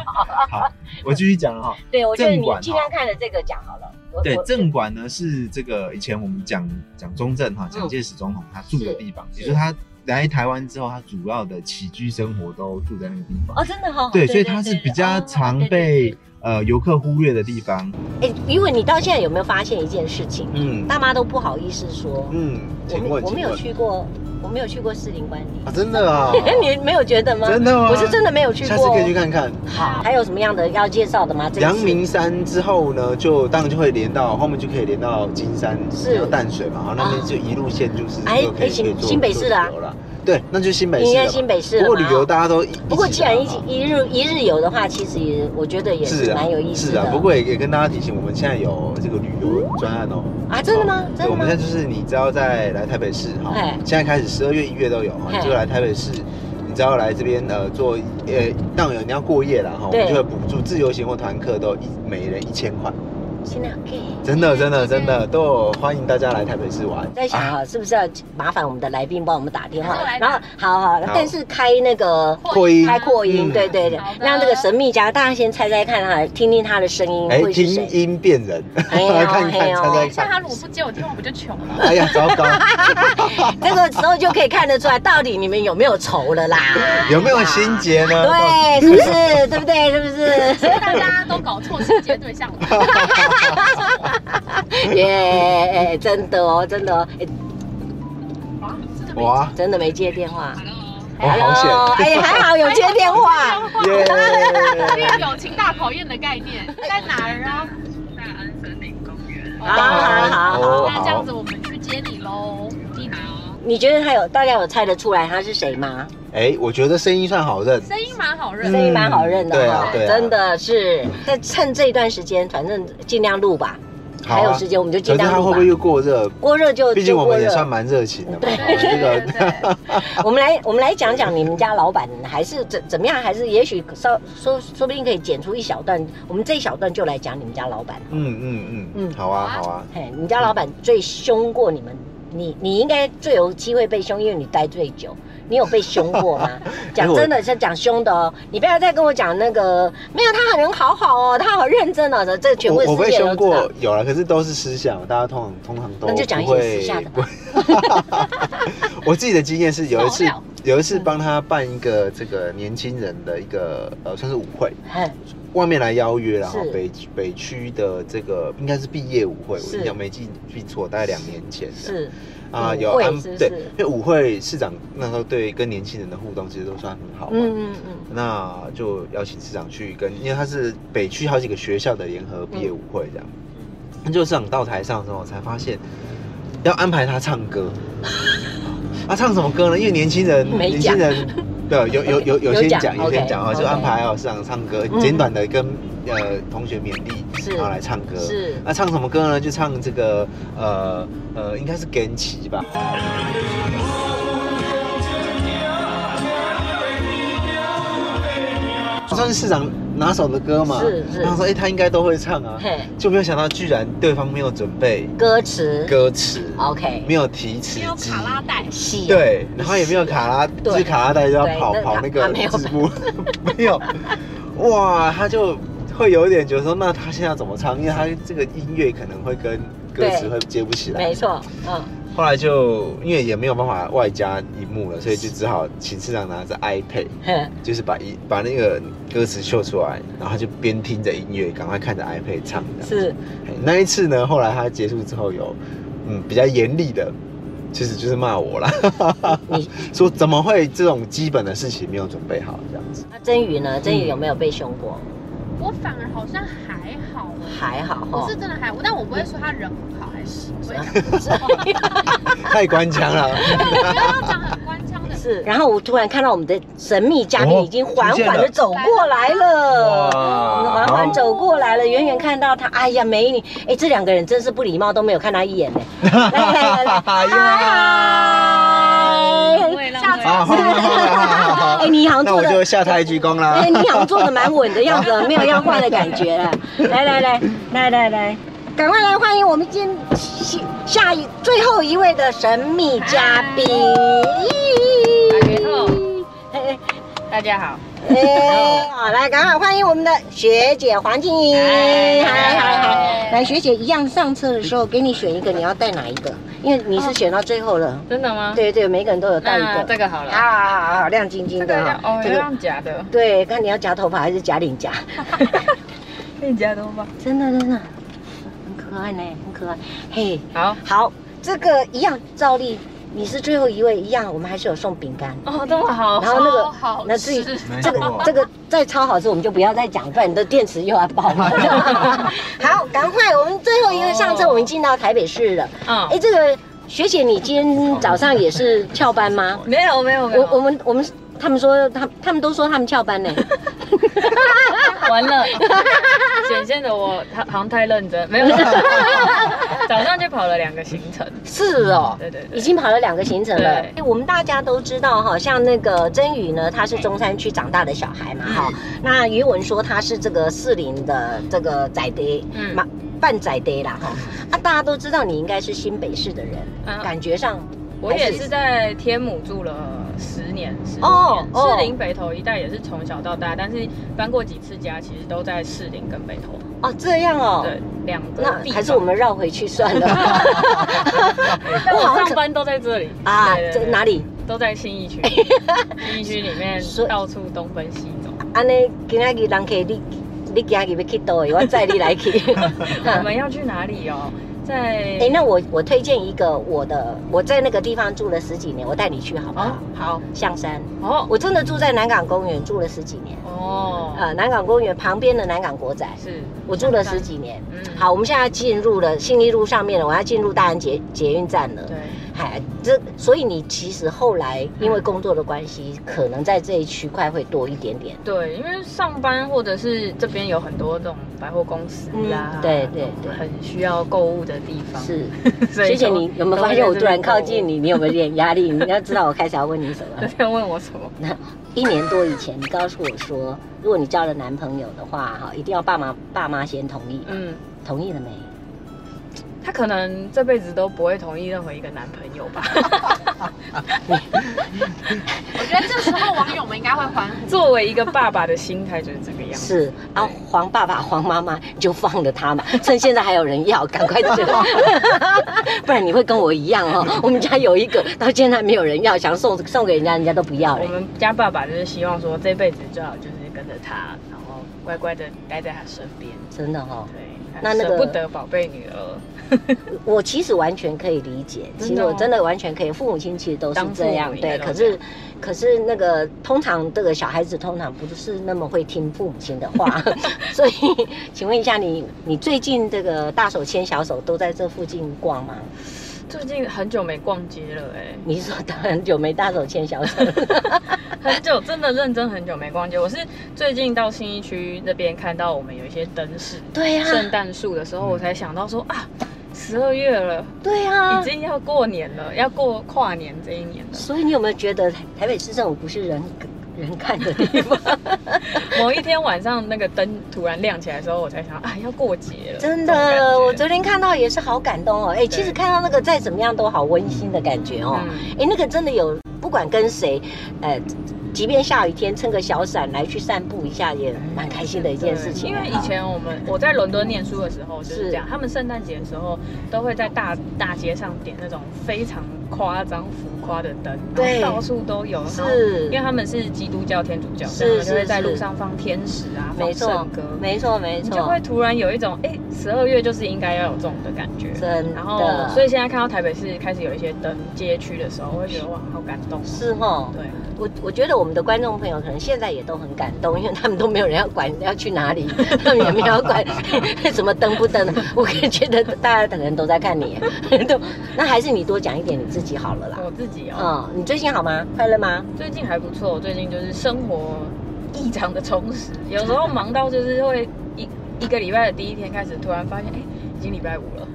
Speaker 2: 好，我继续讲了哈。
Speaker 1: 对，我觉得
Speaker 2: 正
Speaker 1: 你
Speaker 2: 管
Speaker 1: 今
Speaker 2: 哈
Speaker 1: 天看了这个讲好了。我
Speaker 2: 对
Speaker 1: 我，
Speaker 2: 正馆呢是这个以前我们讲讲中正
Speaker 1: 嗯
Speaker 2: 哈，蒋介石总统他住的地方，也就是他来台湾之后，他主要的起居生活都住在那个地方。
Speaker 1: 哦，真的哈、哦。
Speaker 2: 对，所以它是比较
Speaker 1: 哦
Speaker 2: 常被呃游客忽略的地方。
Speaker 1: 哎，余文，你到现在有没有发现一件事情？
Speaker 2: 嗯
Speaker 1: 大妈都不好意思说，
Speaker 2: 嗯，
Speaker 1: 我
Speaker 2: 请
Speaker 1: 没
Speaker 2: 问
Speaker 1: 我没
Speaker 2: 请
Speaker 1: 有
Speaker 2: 问
Speaker 1: 去过，我没有去过士林官邸。，
Speaker 2: 啊，真的啊
Speaker 1: 你没有觉得吗？
Speaker 2: 真的吗？
Speaker 1: 我是真的没有去
Speaker 2: 下
Speaker 1: 过。
Speaker 2: 次可以去看看。
Speaker 1: 好，还有什么样的要介绍的吗？这一次
Speaker 2: 阳明山之后呢，就当然就会连到后面就可以连到金山，
Speaker 1: 是
Speaker 2: 然后淡水嘛，然后那边就一路线就是
Speaker 1: 哎
Speaker 2: 就可以可
Speaker 1: 哎
Speaker 2: 以
Speaker 1: 新
Speaker 2: 做
Speaker 1: 新北市的啊
Speaker 2: 做旅游了。对，那就新北
Speaker 1: 应
Speaker 2: 市
Speaker 1: 该
Speaker 2: 了
Speaker 1: 新
Speaker 2: 嘛。
Speaker 1: 北市
Speaker 2: 不
Speaker 1: 了
Speaker 2: 过
Speaker 1: 嘛。
Speaker 2: 旅游大家都一
Speaker 1: 不过既然一
Speaker 2: 起
Speaker 1: 起
Speaker 2: 来嘛
Speaker 1: 一日一日游的话，其实也我觉得也
Speaker 2: 是
Speaker 1: 是
Speaker 2: 啊
Speaker 1: 蛮有意思
Speaker 2: 是
Speaker 1: 的。
Speaker 2: 啊，不过也也跟大家提醒，我们现在有这个旅游专案哦。
Speaker 1: 啊，真的吗哎
Speaker 2: 哦？
Speaker 1: 真
Speaker 2: 对，
Speaker 1: 的
Speaker 2: 我们
Speaker 1: 吗
Speaker 2: 现在？就是你只要在来台北市哈
Speaker 1: 嘿，
Speaker 2: 现在开始十二月、一月都有哈，
Speaker 1: 嘿
Speaker 2: 你就来台北市，你只要来这边呃做呃，当然有你要过夜啦哈，我
Speaker 1: 对
Speaker 2: 们就会补助自由行或团客都一每人一千块，
Speaker 1: 现在可以。
Speaker 2: 真的真的真的都有欢迎大家来台北市玩。
Speaker 1: 嗯在想
Speaker 2: 啊
Speaker 1: 啊，是不是要麻烦我们的来宾帮我们打电话
Speaker 3: 后来？
Speaker 1: 然后，好好，但是开那个
Speaker 2: 扩音
Speaker 1: 开扩音，
Speaker 2: 嗯
Speaker 1: 对对对
Speaker 3: 好的，
Speaker 1: 让这个神秘家大家先猜猜看哈，听听他的声音
Speaker 2: 哎
Speaker 1: 会是
Speaker 2: 听
Speaker 1: 谁？
Speaker 2: 音辨人，
Speaker 1: 哎呦
Speaker 2: 来 看
Speaker 1: 哎
Speaker 2: 看
Speaker 1: 呦
Speaker 2: 猜猜
Speaker 3: 像
Speaker 2: 看。
Speaker 3: 他如果不接我电话，我不就穷了？
Speaker 2: 哎呀，糟糕，
Speaker 1: 那个时候就可以看得出来，到底你们有没有仇 了啦？
Speaker 2: 有没有心结呢？
Speaker 1: 对，是不是？对不对？是不 是？
Speaker 3: 大家都搞错清洁对象了。
Speaker 1: 耶、哎真的哦，真的哦，哎
Speaker 3: 哇，真的 没
Speaker 2: 哇，
Speaker 1: 真的没接电话。
Speaker 3: Hello，
Speaker 2: 哦，好险
Speaker 1: Hello，哎，还好有接电话。
Speaker 2: 耶！
Speaker 3: 这个友情大考验的概念在哪儿啊？哦
Speaker 5: 在安森林公园。
Speaker 1: 好好好好，
Speaker 2: 哦
Speaker 3: 那这样子我们去接你喽。你
Speaker 5: 好，
Speaker 1: 你觉得他有大概有猜得出来他是谁吗？
Speaker 2: 哎，我觉得声音算好认，
Speaker 3: 声音蛮好认
Speaker 1: 声
Speaker 3: 的，
Speaker 1: 音蛮好认的
Speaker 2: 嗯对
Speaker 1: 哈
Speaker 2: 啊，对啊
Speaker 1: 真的是。在趁这一段时间，反正尽量录吧，
Speaker 2: 好
Speaker 1: 还有
Speaker 2: 啊
Speaker 1: 时。间我们就
Speaker 2: 可
Speaker 1: 尽
Speaker 2: 是
Speaker 1: 量
Speaker 2: 它
Speaker 1: 录
Speaker 2: 会不
Speaker 1: 吧
Speaker 2: 会。又过热？
Speaker 1: 过热就
Speaker 2: 毕竟
Speaker 1: 就
Speaker 2: 我
Speaker 1: 过
Speaker 2: 们也
Speaker 1: 热。
Speaker 2: 算蛮热情的嘛。
Speaker 1: 对
Speaker 2: 哦这
Speaker 3: 对
Speaker 2: 个
Speaker 3: 对对
Speaker 1: 我们来我们来讲讲你们家老板还是怎怎么样，还是也许稍说说不定可以剪出一小段，我们这一小段就来讲你们家老板。
Speaker 2: 嗯嗯嗯
Speaker 1: 嗯
Speaker 2: 嗯，好啊好啊。
Speaker 1: 嘿，你们家老板最凶过你们，你你应该最有机会被凶，因为你待最久。你有被凶过 吗？
Speaker 2: 哎
Speaker 1: 讲真的是讲凶的哦，你不要再跟我讲那个没有，他人好好哦，他好认真哦，这这全部
Speaker 2: 我我
Speaker 1: 世
Speaker 2: 被
Speaker 1: 界
Speaker 2: 凶
Speaker 1: 都知道
Speaker 2: 过。有了，可是都是私下，大家通常通常都
Speaker 1: 那就讲一些
Speaker 2: 不会
Speaker 1: 私下的吧
Speaker 2: 不会 我自己的经验是有一次
Speaker 3: 爆料
Speaker 2: 有一次帮他办一个这个年轻人的一个呃算是舞会，
Speaker 1: 嘿
Speaker 2: 外面来邀约，然后
Speaker 1: 是
Speaker 2: 北北区的这个应该是毕业舞会，
Speaker 1: 是
Speaker 2: 我印象没记记错，大概两年前这样
Speaker 1: 是
Speaker 2: 啊
Speaker 1: 舞
Speaker 2: 有
Speaker 1: 会
Speaker 2: 安
Speaker 1: 是不是
Speaker 2: 对，因为舞会市长那时候对跟年轻人的互动其实都算很好嘛，
Speaker 1: 嗯嗯嗯，
Speaker 2: 那就邀请市长去跟，因为他是北区好几个学校的联合毕业舞会这样。
Speaker 1: 嗯
Speaker 2: 那就市长到台上的时候，我才发现要安排他唱歌。啊，唱什么歌呢？因为年轻人，
Speaker 1: 没
Speaker 2: 年
Speaker 1: 讲
Speaker 2: 轻人， 对，有有有
Speaker 1: 有
Speaker 2: 有些
Speaker 1: 讲
Speaker 2: 讲，有些
Speaker 1: OK，
Speaker 2: 讲啊，就
Speaker 1: OK
Speaker 2: 安排哦，市长唱歌，
Speaker 1: 嗯
Speaker 2: 简短的跟呃同学勉励，
Speaker 1: 是
Speaker 2: 然后来唱歌。
Speaker 1: 是
Speaker 2: 那唱什么歌呢？就唱这个呃呃，应该是《跟奇》吧。算是市长拿手的歌嘛，
Speaker 1: 是是
Speaker 2: 然后说哎、他应该都会唱啊，
Speaker 1: 嘿，
Speaker 2: 就没有想到居然对方没有准备
Speaker 1: 歌词
Speaker 2: 歌词，
Speaker 1: OK，
Speaker 2: 没有提词
Speaker 3: 没有
Speaker 2: 机，
Speaker 3: 卡拉带，
Speaker 1: 戏
Speaker 2: 对，然后也没有卡拉，
Speaker 1: 对
Speaker 2: 就是卡拉带就要
Speaker 1: 对
Speaker 2: 跑
Speaker 1: 那
Speaker 2: 跑
Speaker 1: 他
Speaker 2: 那个
Speaker 1: 他没有
Speaker 2: 字幕， 没有，哇，他就会有一点觉得说，那他现在要怎么唱？因为他这个音乐可能会跟歌词
Speaker 1: 对
Speaker 2: 会接不起来
Speaker 1: 没。错，嗯，
Speaker 2: 后来就因为也没有办法外加荧幕了，所以就只好请市长拿着 iPad，
Speaker 1: 嘿
Speaker 2: 就是把一把那个歌词秀出来，然后他就边听着音乐，赶快看着 iPad 唱这样。
Speaker 1: 是
Speaker 2: 嘿那一次呢，后来他结束之后有，嗯，比较严厉的，其实就是骂我啦，
Speaker 1: 你
Speaker 2: 说怎么会这种基本的事情没有准备好这样子。
Speaker 1: 那真宇呢？
Speaker 2: 嗯
Speaker 1: 真宇有没有被凶过？
Speaker 3: 我反而好像还好哎。
Speaker 1: 还好
Speaker 2: 哦
Speaker 3: 我
Speaker 1: 哈
Speaker 3: 是，真的还，但我不会说他人很好，还是不会讲这种 话，
Speaker 2: 太官腔 了，
Speaker 3: 我觉得他讲很官腔的。
Speaker 1: 是。然后我突然看到我们的神秘嘉宾
Speaker 2: 哦
Speaker 1: 已经缓
Speaker 2: 出现
Speaker 1: 缓的
Speaker 2: 了
Speaker 1: 走过来了。缓
Speaker 2: 哇
Speaker 1: 缓走过来了，远远看到他，哎呀，美女，哎，这两个人真是不礼貌，都没有看他一眼呢。来 来来来，
Speaker 2: 哎
Speaker 1: 嗨，
Speaker 5: 会让
Speaker 3: 下
Speaker 5: 对
Speaker 3: 次
Speaker 2: 好好好好好
Speaker 1: 哎，你好像
Speaker 2: 那
Speaker 1: 做
Speaker 2: 我就
Speaker 1: 的，
Speaker 2: 下他一鞠躬啦
Speaker 1: 哎，。你好像做 的蛮稳的样子，没有要换的感觉了。来来来来来来，赶快来欢迎我们今下下一最后一位的神秘嘉宾。
Speaker 5: 打给后
Speaker 1: 哎哎
Speaker 5: 大家好，
Speaker 1: 哎，好，来，赶快欢迎我们的学姐黄静怡，
Speaker 5: 嗨
Speaker 1: 嗨嗨
Speaker 5: 嗨
Speaker 1: 嗨！来，学姐一样上车的时候给你选一个，你要带哪一个？因为你是选到最后了。
Speaker 5: 真的吗？
Speaker 1: 对对，每个人都有带一
Speaker 5: 那
Speaker 1: 个。
Speaker 5: 这个好了
Speaker 1: 好好好好，亮晶晶
Speaker 5: 这
Speaker 1: 的
Speaker 5: 个
Speaker 1: 哈
Speaker 5: 要。哦，要让夹的，
Speaker 1: 对，看你要夹头发还是夹领夹？
Speaker 5: 可以夹头发。
Speaker 1: 真的真的，很可爱呢，很可爱。嘿，
Speaker 5: 好，
Speaker 1: 好，这个一样，照例你是最后一位，一样，我们还是有送饼干。
Speaker 5: 哦，这么好
Speaker 1: 然后那个
Speaker 3: 超好
Speaker 1: 那自己
Speaker 3: 吃
Speaker 2: 没
Speaker 1: 这个
Speaker 2: 错
Speaker 1: 这个再超好吃，我们就不要再讲，不然你的电池又要爆 了。好，赶快，我们最后一个上车，我们进到台北市了。
Speaker 5: 嗯
Speaker 1: 哎，这个学姐，你今天早上也是翘班吗？
Speaker 5: 没有没有没
Speaker 1: 我我
Speaker 5: 有，
Speaker 1: 们我们他们说他他们都说他们翘班呢。
Speaker 5: 完了， 显现的我好像太认真， 没有，早上就跑了两个行程，
Speaker 1: 是哦。
Speaker 5: 对对对
Speaker 1: 已，经跑了两个行程了
Speaker 5: 对。
Speaker 1: 哎我们大家都知道哈，像那个真宇呢，他是中山区长大的小孩
Speaker 5: 嗯
Speaker 1: 嘛哈。那余文说他是这个士林的这个仔爹，
Speaker 5: 嗯
Speaker 1: 嘛半仔爹啦哈。啊，大家都知道你应该是新北市的人，
Speaker 5: 嗯
Speaker 1: 感觉上
Speaker 5: 我也是在天母住了十年，十
Speaker 1: 哦
Speaker 5: 五年。
Speaker 1: 哦
Speaker 5: 士林北投一带也是从小到大，但是搬过几次家，其实都在士林跟北投，
Speaker 1: 哦这样哦。
Speaker 5: 对，两个
Speaker 1: 那
Speaker 5: 地方
Speaker 1: 还是我们绕回去算 了。
Speaker 5: 但
Speaker 1: 我
Speaker 5: 我
Speaker 1: 好像
Speaker 5: 上
Speaker 1: 可
Speaker 5: 班都在这里
Speaker 1: 啊，
Speaker 5: 对对
Speaker 1: 这
Speaker 5: 对
Speaker 1: 哪里？
Speaker 5: 都在 信义区，信义区里面
Speaker 1: 所以
Speaker 5: 到处东奔西走。
Speaker 1: 安尼今仔 日人客你你今日要去倒位，我载你来去。
Speaker 5: 我们要去哪里哦？在
Speaker 1: 嗯哎，那我我推荐一个我的，我在那个地方住了十几年，我带你去好不好？
Speaker 5: 哦好
Speaker 1: 象山，
Speaker 5: 哦
Speaker 1: 我真的住在南港公园住了十几年，
Speaker 5: 哦
Speaker 1: 呃，南港公园旁边的南港国仔，
Speaker 5: 是
Speaker 1: 我住了十几年。
Speaker 5: 嗯
Speaker 1: 好，我们现在要进入了信义路上面了，我要进入大安捷捷运站了。
Speaker 5: 对
Speaker 1: 哎，这所以你其实后来因为工作的关系，可能在这一区块会多一点点。
Speaker 5: 对，因为上班或者是这边有很多这种百货公司啦，
Speaker 1: 嗯对对对
Speaker 5: 很需要购物的地方。
Speaker 1: 是，
Speaker 5: 嗯 所以
Speaker 1: 谢谢
Speaker 5: 就
Speaker 1: 你。有没有发现我突然靠近？你，你有没有点压力？你要知道我开始要问你什么
Speaker 5: 都在这边购物。在问我什么？
Speaker 1: 一年多以前，你告诉我说，如果你交了男朋友的话，哈，一定要爸妈爸妈先同意。嗯，
Speaker 5: 嗯，
Speaker 1: 同意了没？
Speaker 5: 他可能这辈子都不会同意任何一个男朋友吧？
Speaker 3: 我觉得这时候网友们应该会欢 呼。
Speaker 5: 作为一个爸爸的心态就是这个样子。
Speaker 1: 是啊，黄爸爸、黄妈妈，你就放了他嘛， 趁现在还有人要，赶快 吃， 不然你会跟我一样哦。我们家有一个到现在没有人要，想送送给人家，人家都不要了
Speaker 5: 我。们家爸爸就是希望说，这辈子最好就是跟着他，然后乖乖的待在他身边。
Speaker 1: 真的哦，
Speaker 5: 对，
Speaker 1: 那那个
Speaker 5: 舍不得宝贝女儿，
Speaker 1: 我其实完全可以理解，
Speaker 5: 真的哦
Speaker 1: 其实我真的完全可以，父母亲其实都是这
Speaker 5: 当父
Speaker 1: 样，
Speaker 5: 母
Speaker 1: 对。
Speaker 5: 也都
Speaker 1: 可是，可是那个通常这个小孩子通常不是那么会听父母亲的 话，所以，请问一下你，你最近这个大手牵小手都在这附近逛吗？
Speaker 5: 最近很久没逛街了哎、
Speaker 1: 你是说当然久没大手牵小手 了，
Speaker 5: 很久，真的认真很久没逛街。我是最近到新一区那边看到我们有一些灯饰，
Speaker 1: 对哎啊呀、
Speaker 5: 圣诞树的时候，我才想到说啊，十二月了，
Speaker 1: 对啊呀、
Speaker 5: 已经要过年了，要过跨年这一年了。
Speaker 1: 所以你有没有觉得台台北市政府不是人人看的地方？
Speaker 5: 某一天晚上那个灯突然亮起来的时候，我才想啊，要过节了。
Speaker 1: 真
Speaker 5: 这种感
Speaker 1: 的，
Speaker 5: 觉
Speaker 1: 我昨天看到也是好感动哦。哎、其实
Speaker 5: 对
Speaker 1: 看到那个再怎么样都好温馨的感觉哦。
Speaker 5: 嗯
Speaker 1: 哎、那个真的有，不管跟谁，呃，即便下雨天撑个小伞来去散步一下，也蛮开心的一件事情。啊
Speaker 5: 因为以
Speaker 1: 哈
Speaker 5: 前我们我在伦敦念书的时候就是
Speaker 1: 是
Speaker 5: 这样，他们圣诞节的时候都会在大大街上点那种非常夸张浮夸的灯，
Speaker 1: 对
Speaker 5: 然后到处都有，然后
Speaker 1: 是
Speaker 5: 因为他们是基督教天主教，
Speaker 1: 是
Speaker 5: 所以他们就会
Speaker 1: 是
Speaker 5: 在路
Speaker 1: 是
Speaker 5: 上放天使啊，放
Speaker 1: 没错
Speaker 5: 圣歌，，
Speaker 1: 没错，没
Speaker 5: 你就
Speaker 1: 错
Speaker 5: 会，突然有一种哎，十二月就是应该要有这种的感觉。
Speaker 1: 真
Speaker 5: 然后，所
Speaker 1: 的。
Speaker 5: 以现在看到台北市开始有一些灯街区的时候，我会觉得哇，好感动。
Speaker 1: 是哦，
Speaker 5: 对，
Speaker 1: 我我觉得我们的观众朋友可能现在也都很感动，因为他们都没有人要管要去哪里，他们也没有要 管什么登不登。我觉得大家可能都在看你， 都那还是你多讲一点你自己好了啦。
Speaker 5: 我自己哦，
Speaker 1: 嗯，你最近好吗？快乐吗？
Speaker 5: 最近还不错，我最近就是生活异常的充实，有时候忙到就是会一一个礼拜的第一天开始，突然发现哎、已经礼拜五了。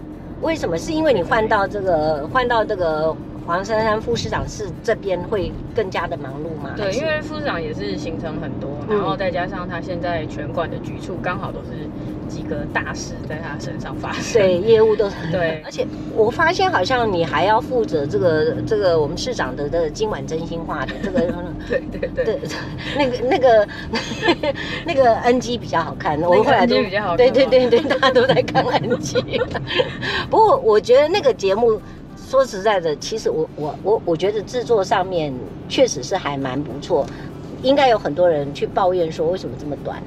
Speaker 1: 为什么？是因为你换到这个换到这个黄珊珊副市长室这边会更加的忙碌吗？还
Speaker 5: 对，
Speaker 1: 是
Speaker 5: 因为副市长也是行程很多，
Speaker 1: 嗯
Speaker 5: 然后再加上他现在全馆的局处刚好都是几个大事在他身上发生。
Speaker 1: 对业务都是
Speaker 5: 对
Speaker 1: 而且我发现好像你还要负责这个这个我们市长的的今晚真心话的这个
Speaker 5: 对对对
Speaker 1: 对，那个那个 那个 NG 比较好看，我后来都
Speaker 5: NG 比较好看
Speaker 1: 对
Speaker 5: 吗
Speaker 1: 对对对，大家都在看 NG。不过我觉得那个节目，说实在的，其实我我我我觉得制作上面确实是还蛮不错。应该有很多人去抱怨说为什么这么短，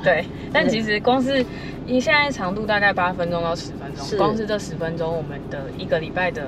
Speaker 5: 对，但
Speaker 1: 对
Speaker 5: 其实光是你现在长度大概八分钟到十分
Speaker 1: 是
Speaker 5: 钟，光是这十分钟，我们的一个礼拜的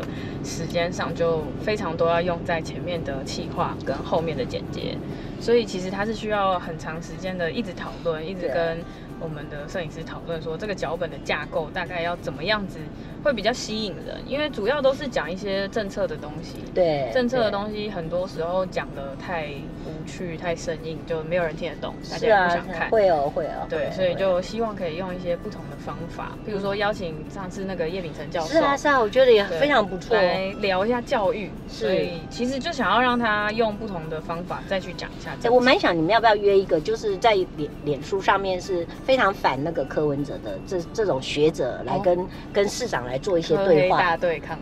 Speaker 5: 时间上就非常多要用在前面的企划跟后面的剪接，所以其实它是需要很长时间的一直讨论，一直
Speaker 1: 对
Speaker 5: 跟我们的摄影师讨论说这个脚本的架构大概要怎么样子会比较吸引人，因为主要都是讲一些政策的东西。
Speaker 1: 对
Speaker 5: 政策的
Speaker 1: 西
Speaker 5: 东西很多时候讲的太无趣、太生硬，就没有人听得懂，大家
Speaker 1: 是
Speaker 5: 也
Speaker 1: 啊，
Speaker 5: 不
Speaker 1: 是
Speaker 5: 想
Speaker 1: 啊
Speaker 5: 看。
Speaker 1: 会哦会哦，会
Speaker 5: 对，所
Speaker 1: 会
Speaker 5: 以就希望可以用一些不同的方法，比如说邀请上次那个叶秉成教授
Speaker 1: 是啊是啊，我觉得也
Speaker 5: 对
Speaker 1: 非常不错，哦
Speaker 5: 来聊一下教育，
Speaker 1: 是
Speaker 5: 所以其实就想要让他用不同的方法再去讲一下
Speaker 1: 哎、
Speaker 5: 这个。
Speaker 1: 我蛮想你们要不要约一个，就是在脸脸书上面是非常反那个柯文哲的这这种学者来
Speaker 5: 哦
Speaker 1: 跟、跟市长来做一些
Speaker 5: 科
Speaker 1: 对
Speaker 5: 黑
Speaker 1: 话，
Speaker 5: 大对抗，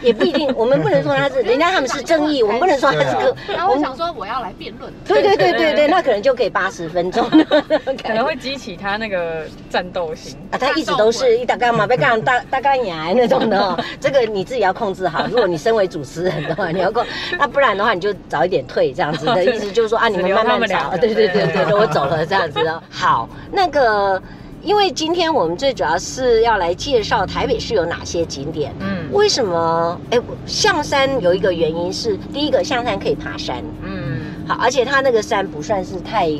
Speaker 1: 也不一定，我们不能说他 是，人家他们是正义，我们不能说他是
Speaker 2: 对啊
Speaker 1: 柯，
Speaker 3: 然后我想说我要来辩论，
Speaker 1: 对对对
Speaker 5: 对
Speaker 1: 对
Speaker 5: 对
Speaker 1: 对，那可能就给八十分 钟， 可
Speaker 5: 可能会激起他那个战 斗心。
Speaker 1: 啊，他一直都是一大干嘛被干大大干牙那种的、 哦，这个你自己要控制好。如果你身为主持人的话，你要 控，那、不然的话你就早一点退这样子的意思，就是说啊，你们慢慢找，
Speaker 5: 只留他们两个
Speaker 1: 对对对对，
Speaker 5: 对
Speaker 1: 对我走了这样子的。好，那个因为今天我们最主要是要来介绍台北市有哪些景点。
Speaker 5: 嗯
Speaker 1: 为什么？哎，我象山有一个原因是，第一个象山可以爬山，
Speaker 5: 嗯
Speaker 1: 好，而且它那个山不算是太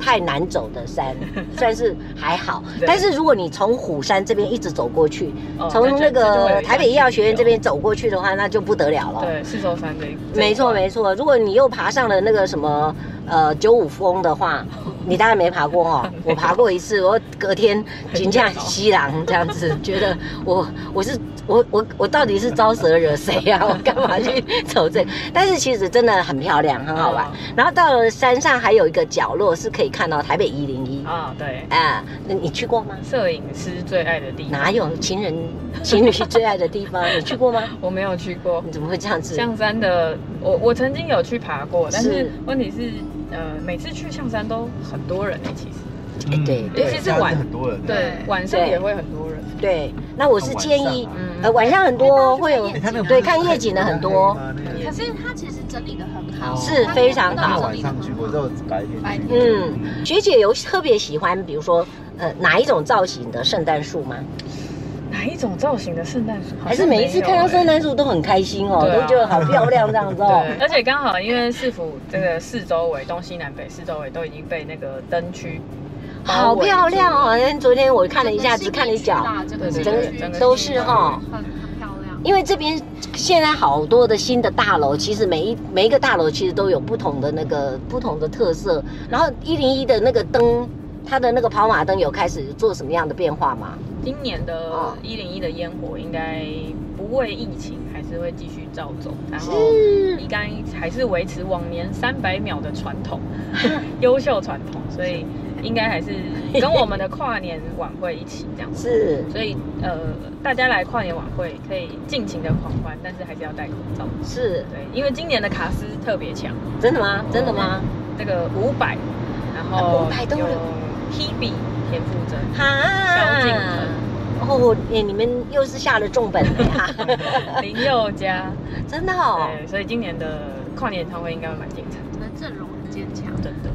Speaker 1: 太难走的 山，算是还好。
Speaker 5: 对
Speaker 1: 但是如果你从虎山这边一直走过去，
Speaker 5: 哦
Speaker 1: 从
Speaker 5: 那就
Speaker 1: 那
Speaker 5: 这就会有
Speaker 1: 个
Speaker 5: 一段
Speaker 1: 台北医药学院
Speaker 5: 距
Speaker 1: 这
Speaker 5: 离哦
Speaker 1: 边走过去的话，那就不得了了。
Speaker 5: 嗯对四周山这一
Speaker 1: 没错没错，如果你又爬上了那个什么呃九五峰的话，你当然没爬过 哦。我爬过一次，我隔天请假西郎这样子， 觉得我我是我我我到底是招蛇惹谁啊？我干嘛去走这个？但是其实真的很漂亮，很好玩。然后到了山上还有一个角落是可以看到台北一零一
Speaker 5: 啊、对，
Speaker 1: 啊，那你去过吗？
Speaker 5: 摄影师最爱的地方，
Speaker 1: 哪有情人情侣最爱的地方？你去过吗？
Speaker 5: 我没有去过
Speaker 1: 你怎么会这样子？
Speaker 5: 象山的，我我曾经有去爬过，但
Speaker 1: 是
Speaker 5: 是问题是，呃，每次去象山都很多人呢、其实
Speaker 1: 哎对
Speaker 2: 嗯
Speaker 5: 尤其是
Speaker 2: 这样子
Speaker 5: 晚
Speaker 2: 很多人啊
Speaker 5: 对，晚上
Speaker 1: 对
Speaker 5: 也会很多人，
Speaker 1: 对，那我是建
Speaker 2: 晚
Speaker 1: 议。
Speaker 2: 上啊
Speaker 5: 嗯，
Speaker 1: 呃，晚上很多会有
Speaker 2: 哎他那个
Speaker 1: 对
Speaker 2: 不是
Speaker 1: 看夜景的很多
Speaker 2: 很黑吗那
Speaker 3: 可
Speaker 2: 个
Speaker 3: 是它其实整理的很好，
Speaker 2: 是
Speaker 3: 它
Speaker 1: 哦非常
Speaker 2: 那
Speaker 1: 好
Speaker 2: 个晚
Speaker 3: 整理得很
Speaker 2: 上
Speaker 3: 好
Speaker 2: 去，我都白
Speaker 3: 白
Speaker 2: 天去。
Speaker 3: 天
Speaker 1: 嗯，学姐有特别喜欢，比如说呃哪一种造型的圣诞树吗？
Speaker 5: 哪一种造型的圣诞树？好像
Speaker 1: 还是每一次看到圣
Speaker 5: 没有欸。
Speaker 1: 诞树都很开心哦，
Speaker 5: 对啊
Speaker 1: 都觉得好漂亮这样子哦。
Speaker 5: 对，而且刚好因为市府这个四周围东西南北四周围都已经被那个灯区包
Speaker 1: 好
Speaker 5: 围住
Speaker 1: 漂亮哦！因为昨天我看了一下，
Speaker 3: 整个
Speaker 1: 只看了一
Speaker 3: 市区
Speaker 1: 角，
Speaker 3: 啦，整个
Speaker 5: 对
Speaker 1: 整
Speaker 5: 对
Speaker 1: 个
Speaker 5: 对整个
Speaker 1: 都
Speaker 5: 市
Speaker 1: 是
Speaker 5: 区
Speaker 1: 哈。
Speaker 3: 很很漂亮。
Speaker 1: 因为这边现在好多的新的大楼，其实每一每一个大楼其实都有不同的那个不同的特色。然后一零一的那个灯，它的那个跑马灯有开始做什么样的变化吗？
Speaker 5: 今年的
Speaker 1: 哦
Speaker 5: 一零一的烟火应该不为疫情，还是会继续照走，然后
Speaker 1: 是
Speaker 5: 应该还是维持往年三百秒的传 统，优秀传统，所以应该还是跟我们的跨年晚会一起这样子。
Speaker 1: 是，
Speaker 5: 所以呃，大家来跨年晚会可以尽情的狂欢，但是还是要戴口罩。
Speaker 1: 是
Speaker 5: 对，因为今年的卡斯特别强，
Speaker 1: 真的吗？真的吗？
Speaker 5: 这个五百，然后
Speaker 1: 500都啊
Speaker 5: 有
Speaker 1: 有啊
Speaker 5: Hebe 田馥甄，萧 敬
Speaker 1: 哈
Speaker 5: 腾。
Speaker 1: 哦，哎你们又是下了重本了呀！
Speaker 5: 林宥嘉，
Speaker 1: 真的哦。
Speaker 5: 对，所以今年的跨年演唱会应该会蛮精彩的，
Speaker 3: 你们阵容很坚强，
Speaker 5: 真的。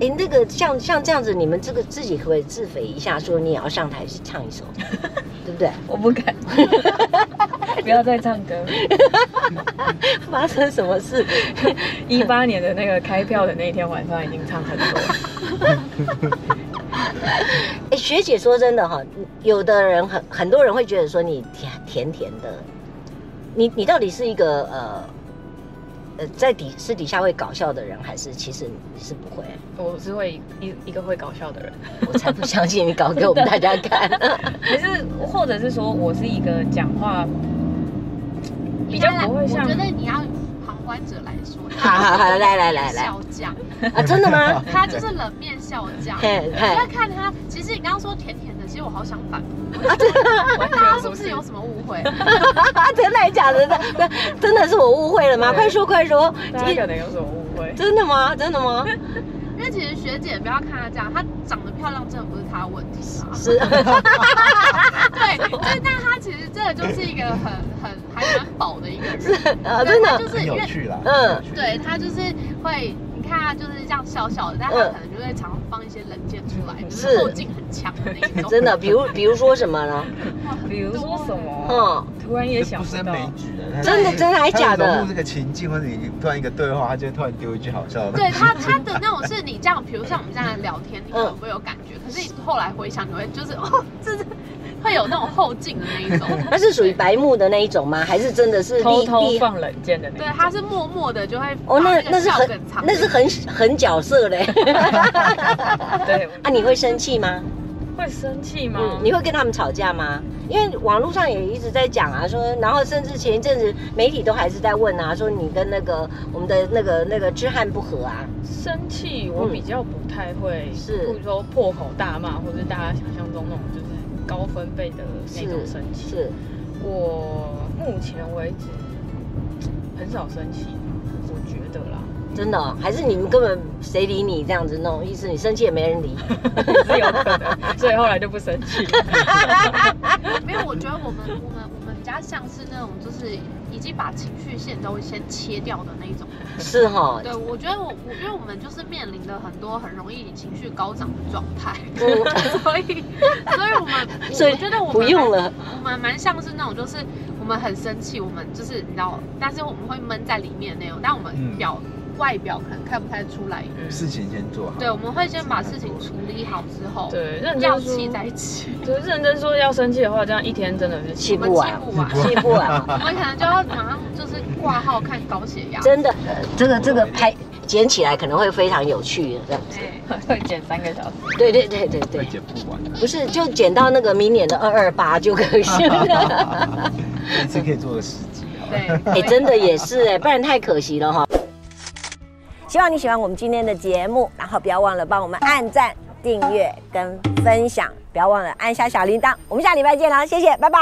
Speaker 1: 哎，那个像像这样子，你们这个自己可不可以自肥一下，说你也要上台去唱一 首，对不对？
Speaker 5: 我 不敢，不要再唱歌。
Speaker 1: 发生什么事？
Speaker 5: 一八年的那个开票的那一天晚上已经唱很多了，
Speaker 1: 哎，学姐说真的哈、有的人很很多人会觉得说你甜甜甜的，你你到底是一个呃呃在底私底下会搞笑的人，还是其实你是不会？
Speaker 5: 我是会一一个会搞笑的人，
Speaker 1: 我才不相信你搞给我们大家 看。
Speaker 5: 可是或者是说我是一个讲话比
Speaker 3: 应
Speaker 5: 较
Speaker 3: 该来
Speaker 5: 不会
Speaker 3: 我
Speaker 5: 像
Speaker 3: 觉得你要旁观者来说，
Speaker 1: 好好好，来来来来
Speaker 3: 笑匠，
Speaker 1: 啊，真的吗？
Speaker 3: 他就是冷面笑匠。
Speaker 1: 嘿
Speaker 3: 我在
Speaker 1: 嘿，
Speaker 3: 看他，其实你刚刚说甜甜的，其实我好想反 驳，
Speaker 1: 啊
Speaker 5: 完
Speaker 3: 大家是
Speaker 5: 全
Speaker 3: 不
Speaker 5: 不
Speaker 3: 是
Speaker 5: 是
Speaker 3: 有什么误会？
Speaker 1: 真的假的？真真的是我误会了吗？
Speaker 5: 对
Speaker 1: 快说快说！
Speaker 5: 大家可能有所误会。
Speaker 1: 真的吗？真的吗？
Speaker 3: 因为其实学姐不要看她这样，她长得漂亮真的不是她的问题啊。
Speaker 1: 是，
Speaker 3: 对，对，但她其实真的就是一个很很还蛮宝的一个 人，
Speaker 1: 啊，
Speaker 3: 但
Speaker 1: 真
Speaker 3: 她
Speaker 1: 的，
Speaker 3: 就是
Speaker 2: 很
Speaker 3: 因
Speaker 2: 有
Speaker 3: 为
Speaker 2: 趣啦，
Speaker 1: 嗯
Speaker 2: 很有趣，
Speaker 3: 对她就是会，你看她就是这样笑笑的，但她可能就会常常放一些冷箭出来，就是
Speaker 1: 是
Speaker 3: 后劲很强的那一种。
Speaker 1: 嗯真的，比如比如说什么呢？
Speaker 5: 比如说什么，
Speaker 1: 嗯，
Speaker 5: 突然也
Speaker 2: 这
Speaker 5: 想
Speaker 2: 不
Speaker 5: 不
Speaker 2: 胜
Speaker 5: 到，
Speaker 2: 枚举的，他
Speaker 1: 真的真的还假
Speaker 2: 他
Speaker 1: 的
Speaker 2: 融入这个情境，或者你突然一个对话，他就会突然丢一句好笑的。
Speaker 3: 对他他的那种是你这样，比如像我们这样聊天，你可能会有感觉，可是你后来回想，你会就是哦， 这是会有那种后劲的那 一种。
Speaker 1: 那是属于白目的那一种吗？还是真的是厉
Speaker 5: 偷偷
Speaker 1: 厉
Speaker 5: 放冷箭的那
Speaker 3: 对
Speaker 5: 一，
Speaker 3: 他是默默的就会
Speaker 1: 哦，那
Speaker 3: 把
Speaker 1: 那是
Speaker 3: 笑
Speaker 1: 很
Speaker 3: 梗藏
Speaker 1: 那是很很角色嘞。
Speaker 5: 种，对，
Speaker 1: 啊，你会生气吗？
Speaker 5: 会生气吗？
Speaker 1: 嗯，你会跟他们吵架吗？因为网络上也一直在讲啊，说，然后甚至前一阵子媒体都还是在问啊，说你跟那个我们的那个那个知汉不和啊，
Speaker 5: 生气，我比较不太会，
Speaker 1: 嗯是
Speaker 5: 或者说破口大骂，或者是大家想象中那种就是高分贝的那种生气。
Speaker 1: 是
Speaker 5: 我目前为止很少生气，我觉得啦，
Speaker 1: 真的哦、还是你们根本谁理你这样子弄？意思你生气也没人 理，
Speaker 5: 也 是有可能，所以后来就不生气了。
Speaker 3: 没有，我觉得我们我们我们比较像是那种，就是以经把情绪线都先切掉的那一种。
Speaker 1: 是哈、
Speaker 3: 对，我觉得我我因为我们就是面临的很多很容易情绪高涨的状态， 所以所以我们我
Speaker 1: 哦所以
Speaker 3: 我觉得我们
Speaker 1: 不用了，
Speaker 3: 我们蛮像是那种，就是我们很生气，我们就是你知道，但是我们会闷在里面那种，但我们
Speaker 6: 嗯
Speaker 3: 表、外表可能看不太出来。
Speaker 6: 事情先做好。
Speaker 3: 对，我们会先把事情处理好之后，
Speaker 5: 对，认
Speaker 3: 要
Speaker 5: 真说
Speaker 3: 气在一起，
Speaker 5: 就是认真说要生气的话，这样一天真的是
Speaker 1: 气
Speaker 3: 我们
Speaker 1: 不
Speaker 3: 气
Speaker 1: 完，
Speaker 3: 不完，
Speaker 1: 气不完。
Speaker 3: 我们可能就要马上就是挂号看高血压。
Speaker 1: 真的，这个这个拍捡起来可能会非常有趣的这样子。
Speaker 3: 哎
Speaker 5: 会减三个小时。
Speaker 1: 对对对对
Speaker 6: 会
Speaker 1: 对，
Speaker 6: 剪不完，
Speaker 1: 不是就捡到那个明年的二二八就可以 了。
Speaker 6: 这次可以做个十集好了。
Speaker 3: 对，
Speaker 1: 哎、真的也是哎、不然太可惜了哈。希望你喜欢我们今天的节目，然后不要忘了帮我们按赞、订阅跟分享，不要忘了按下小铃铛。我们下礼拜见啦，谢谢，拜拜。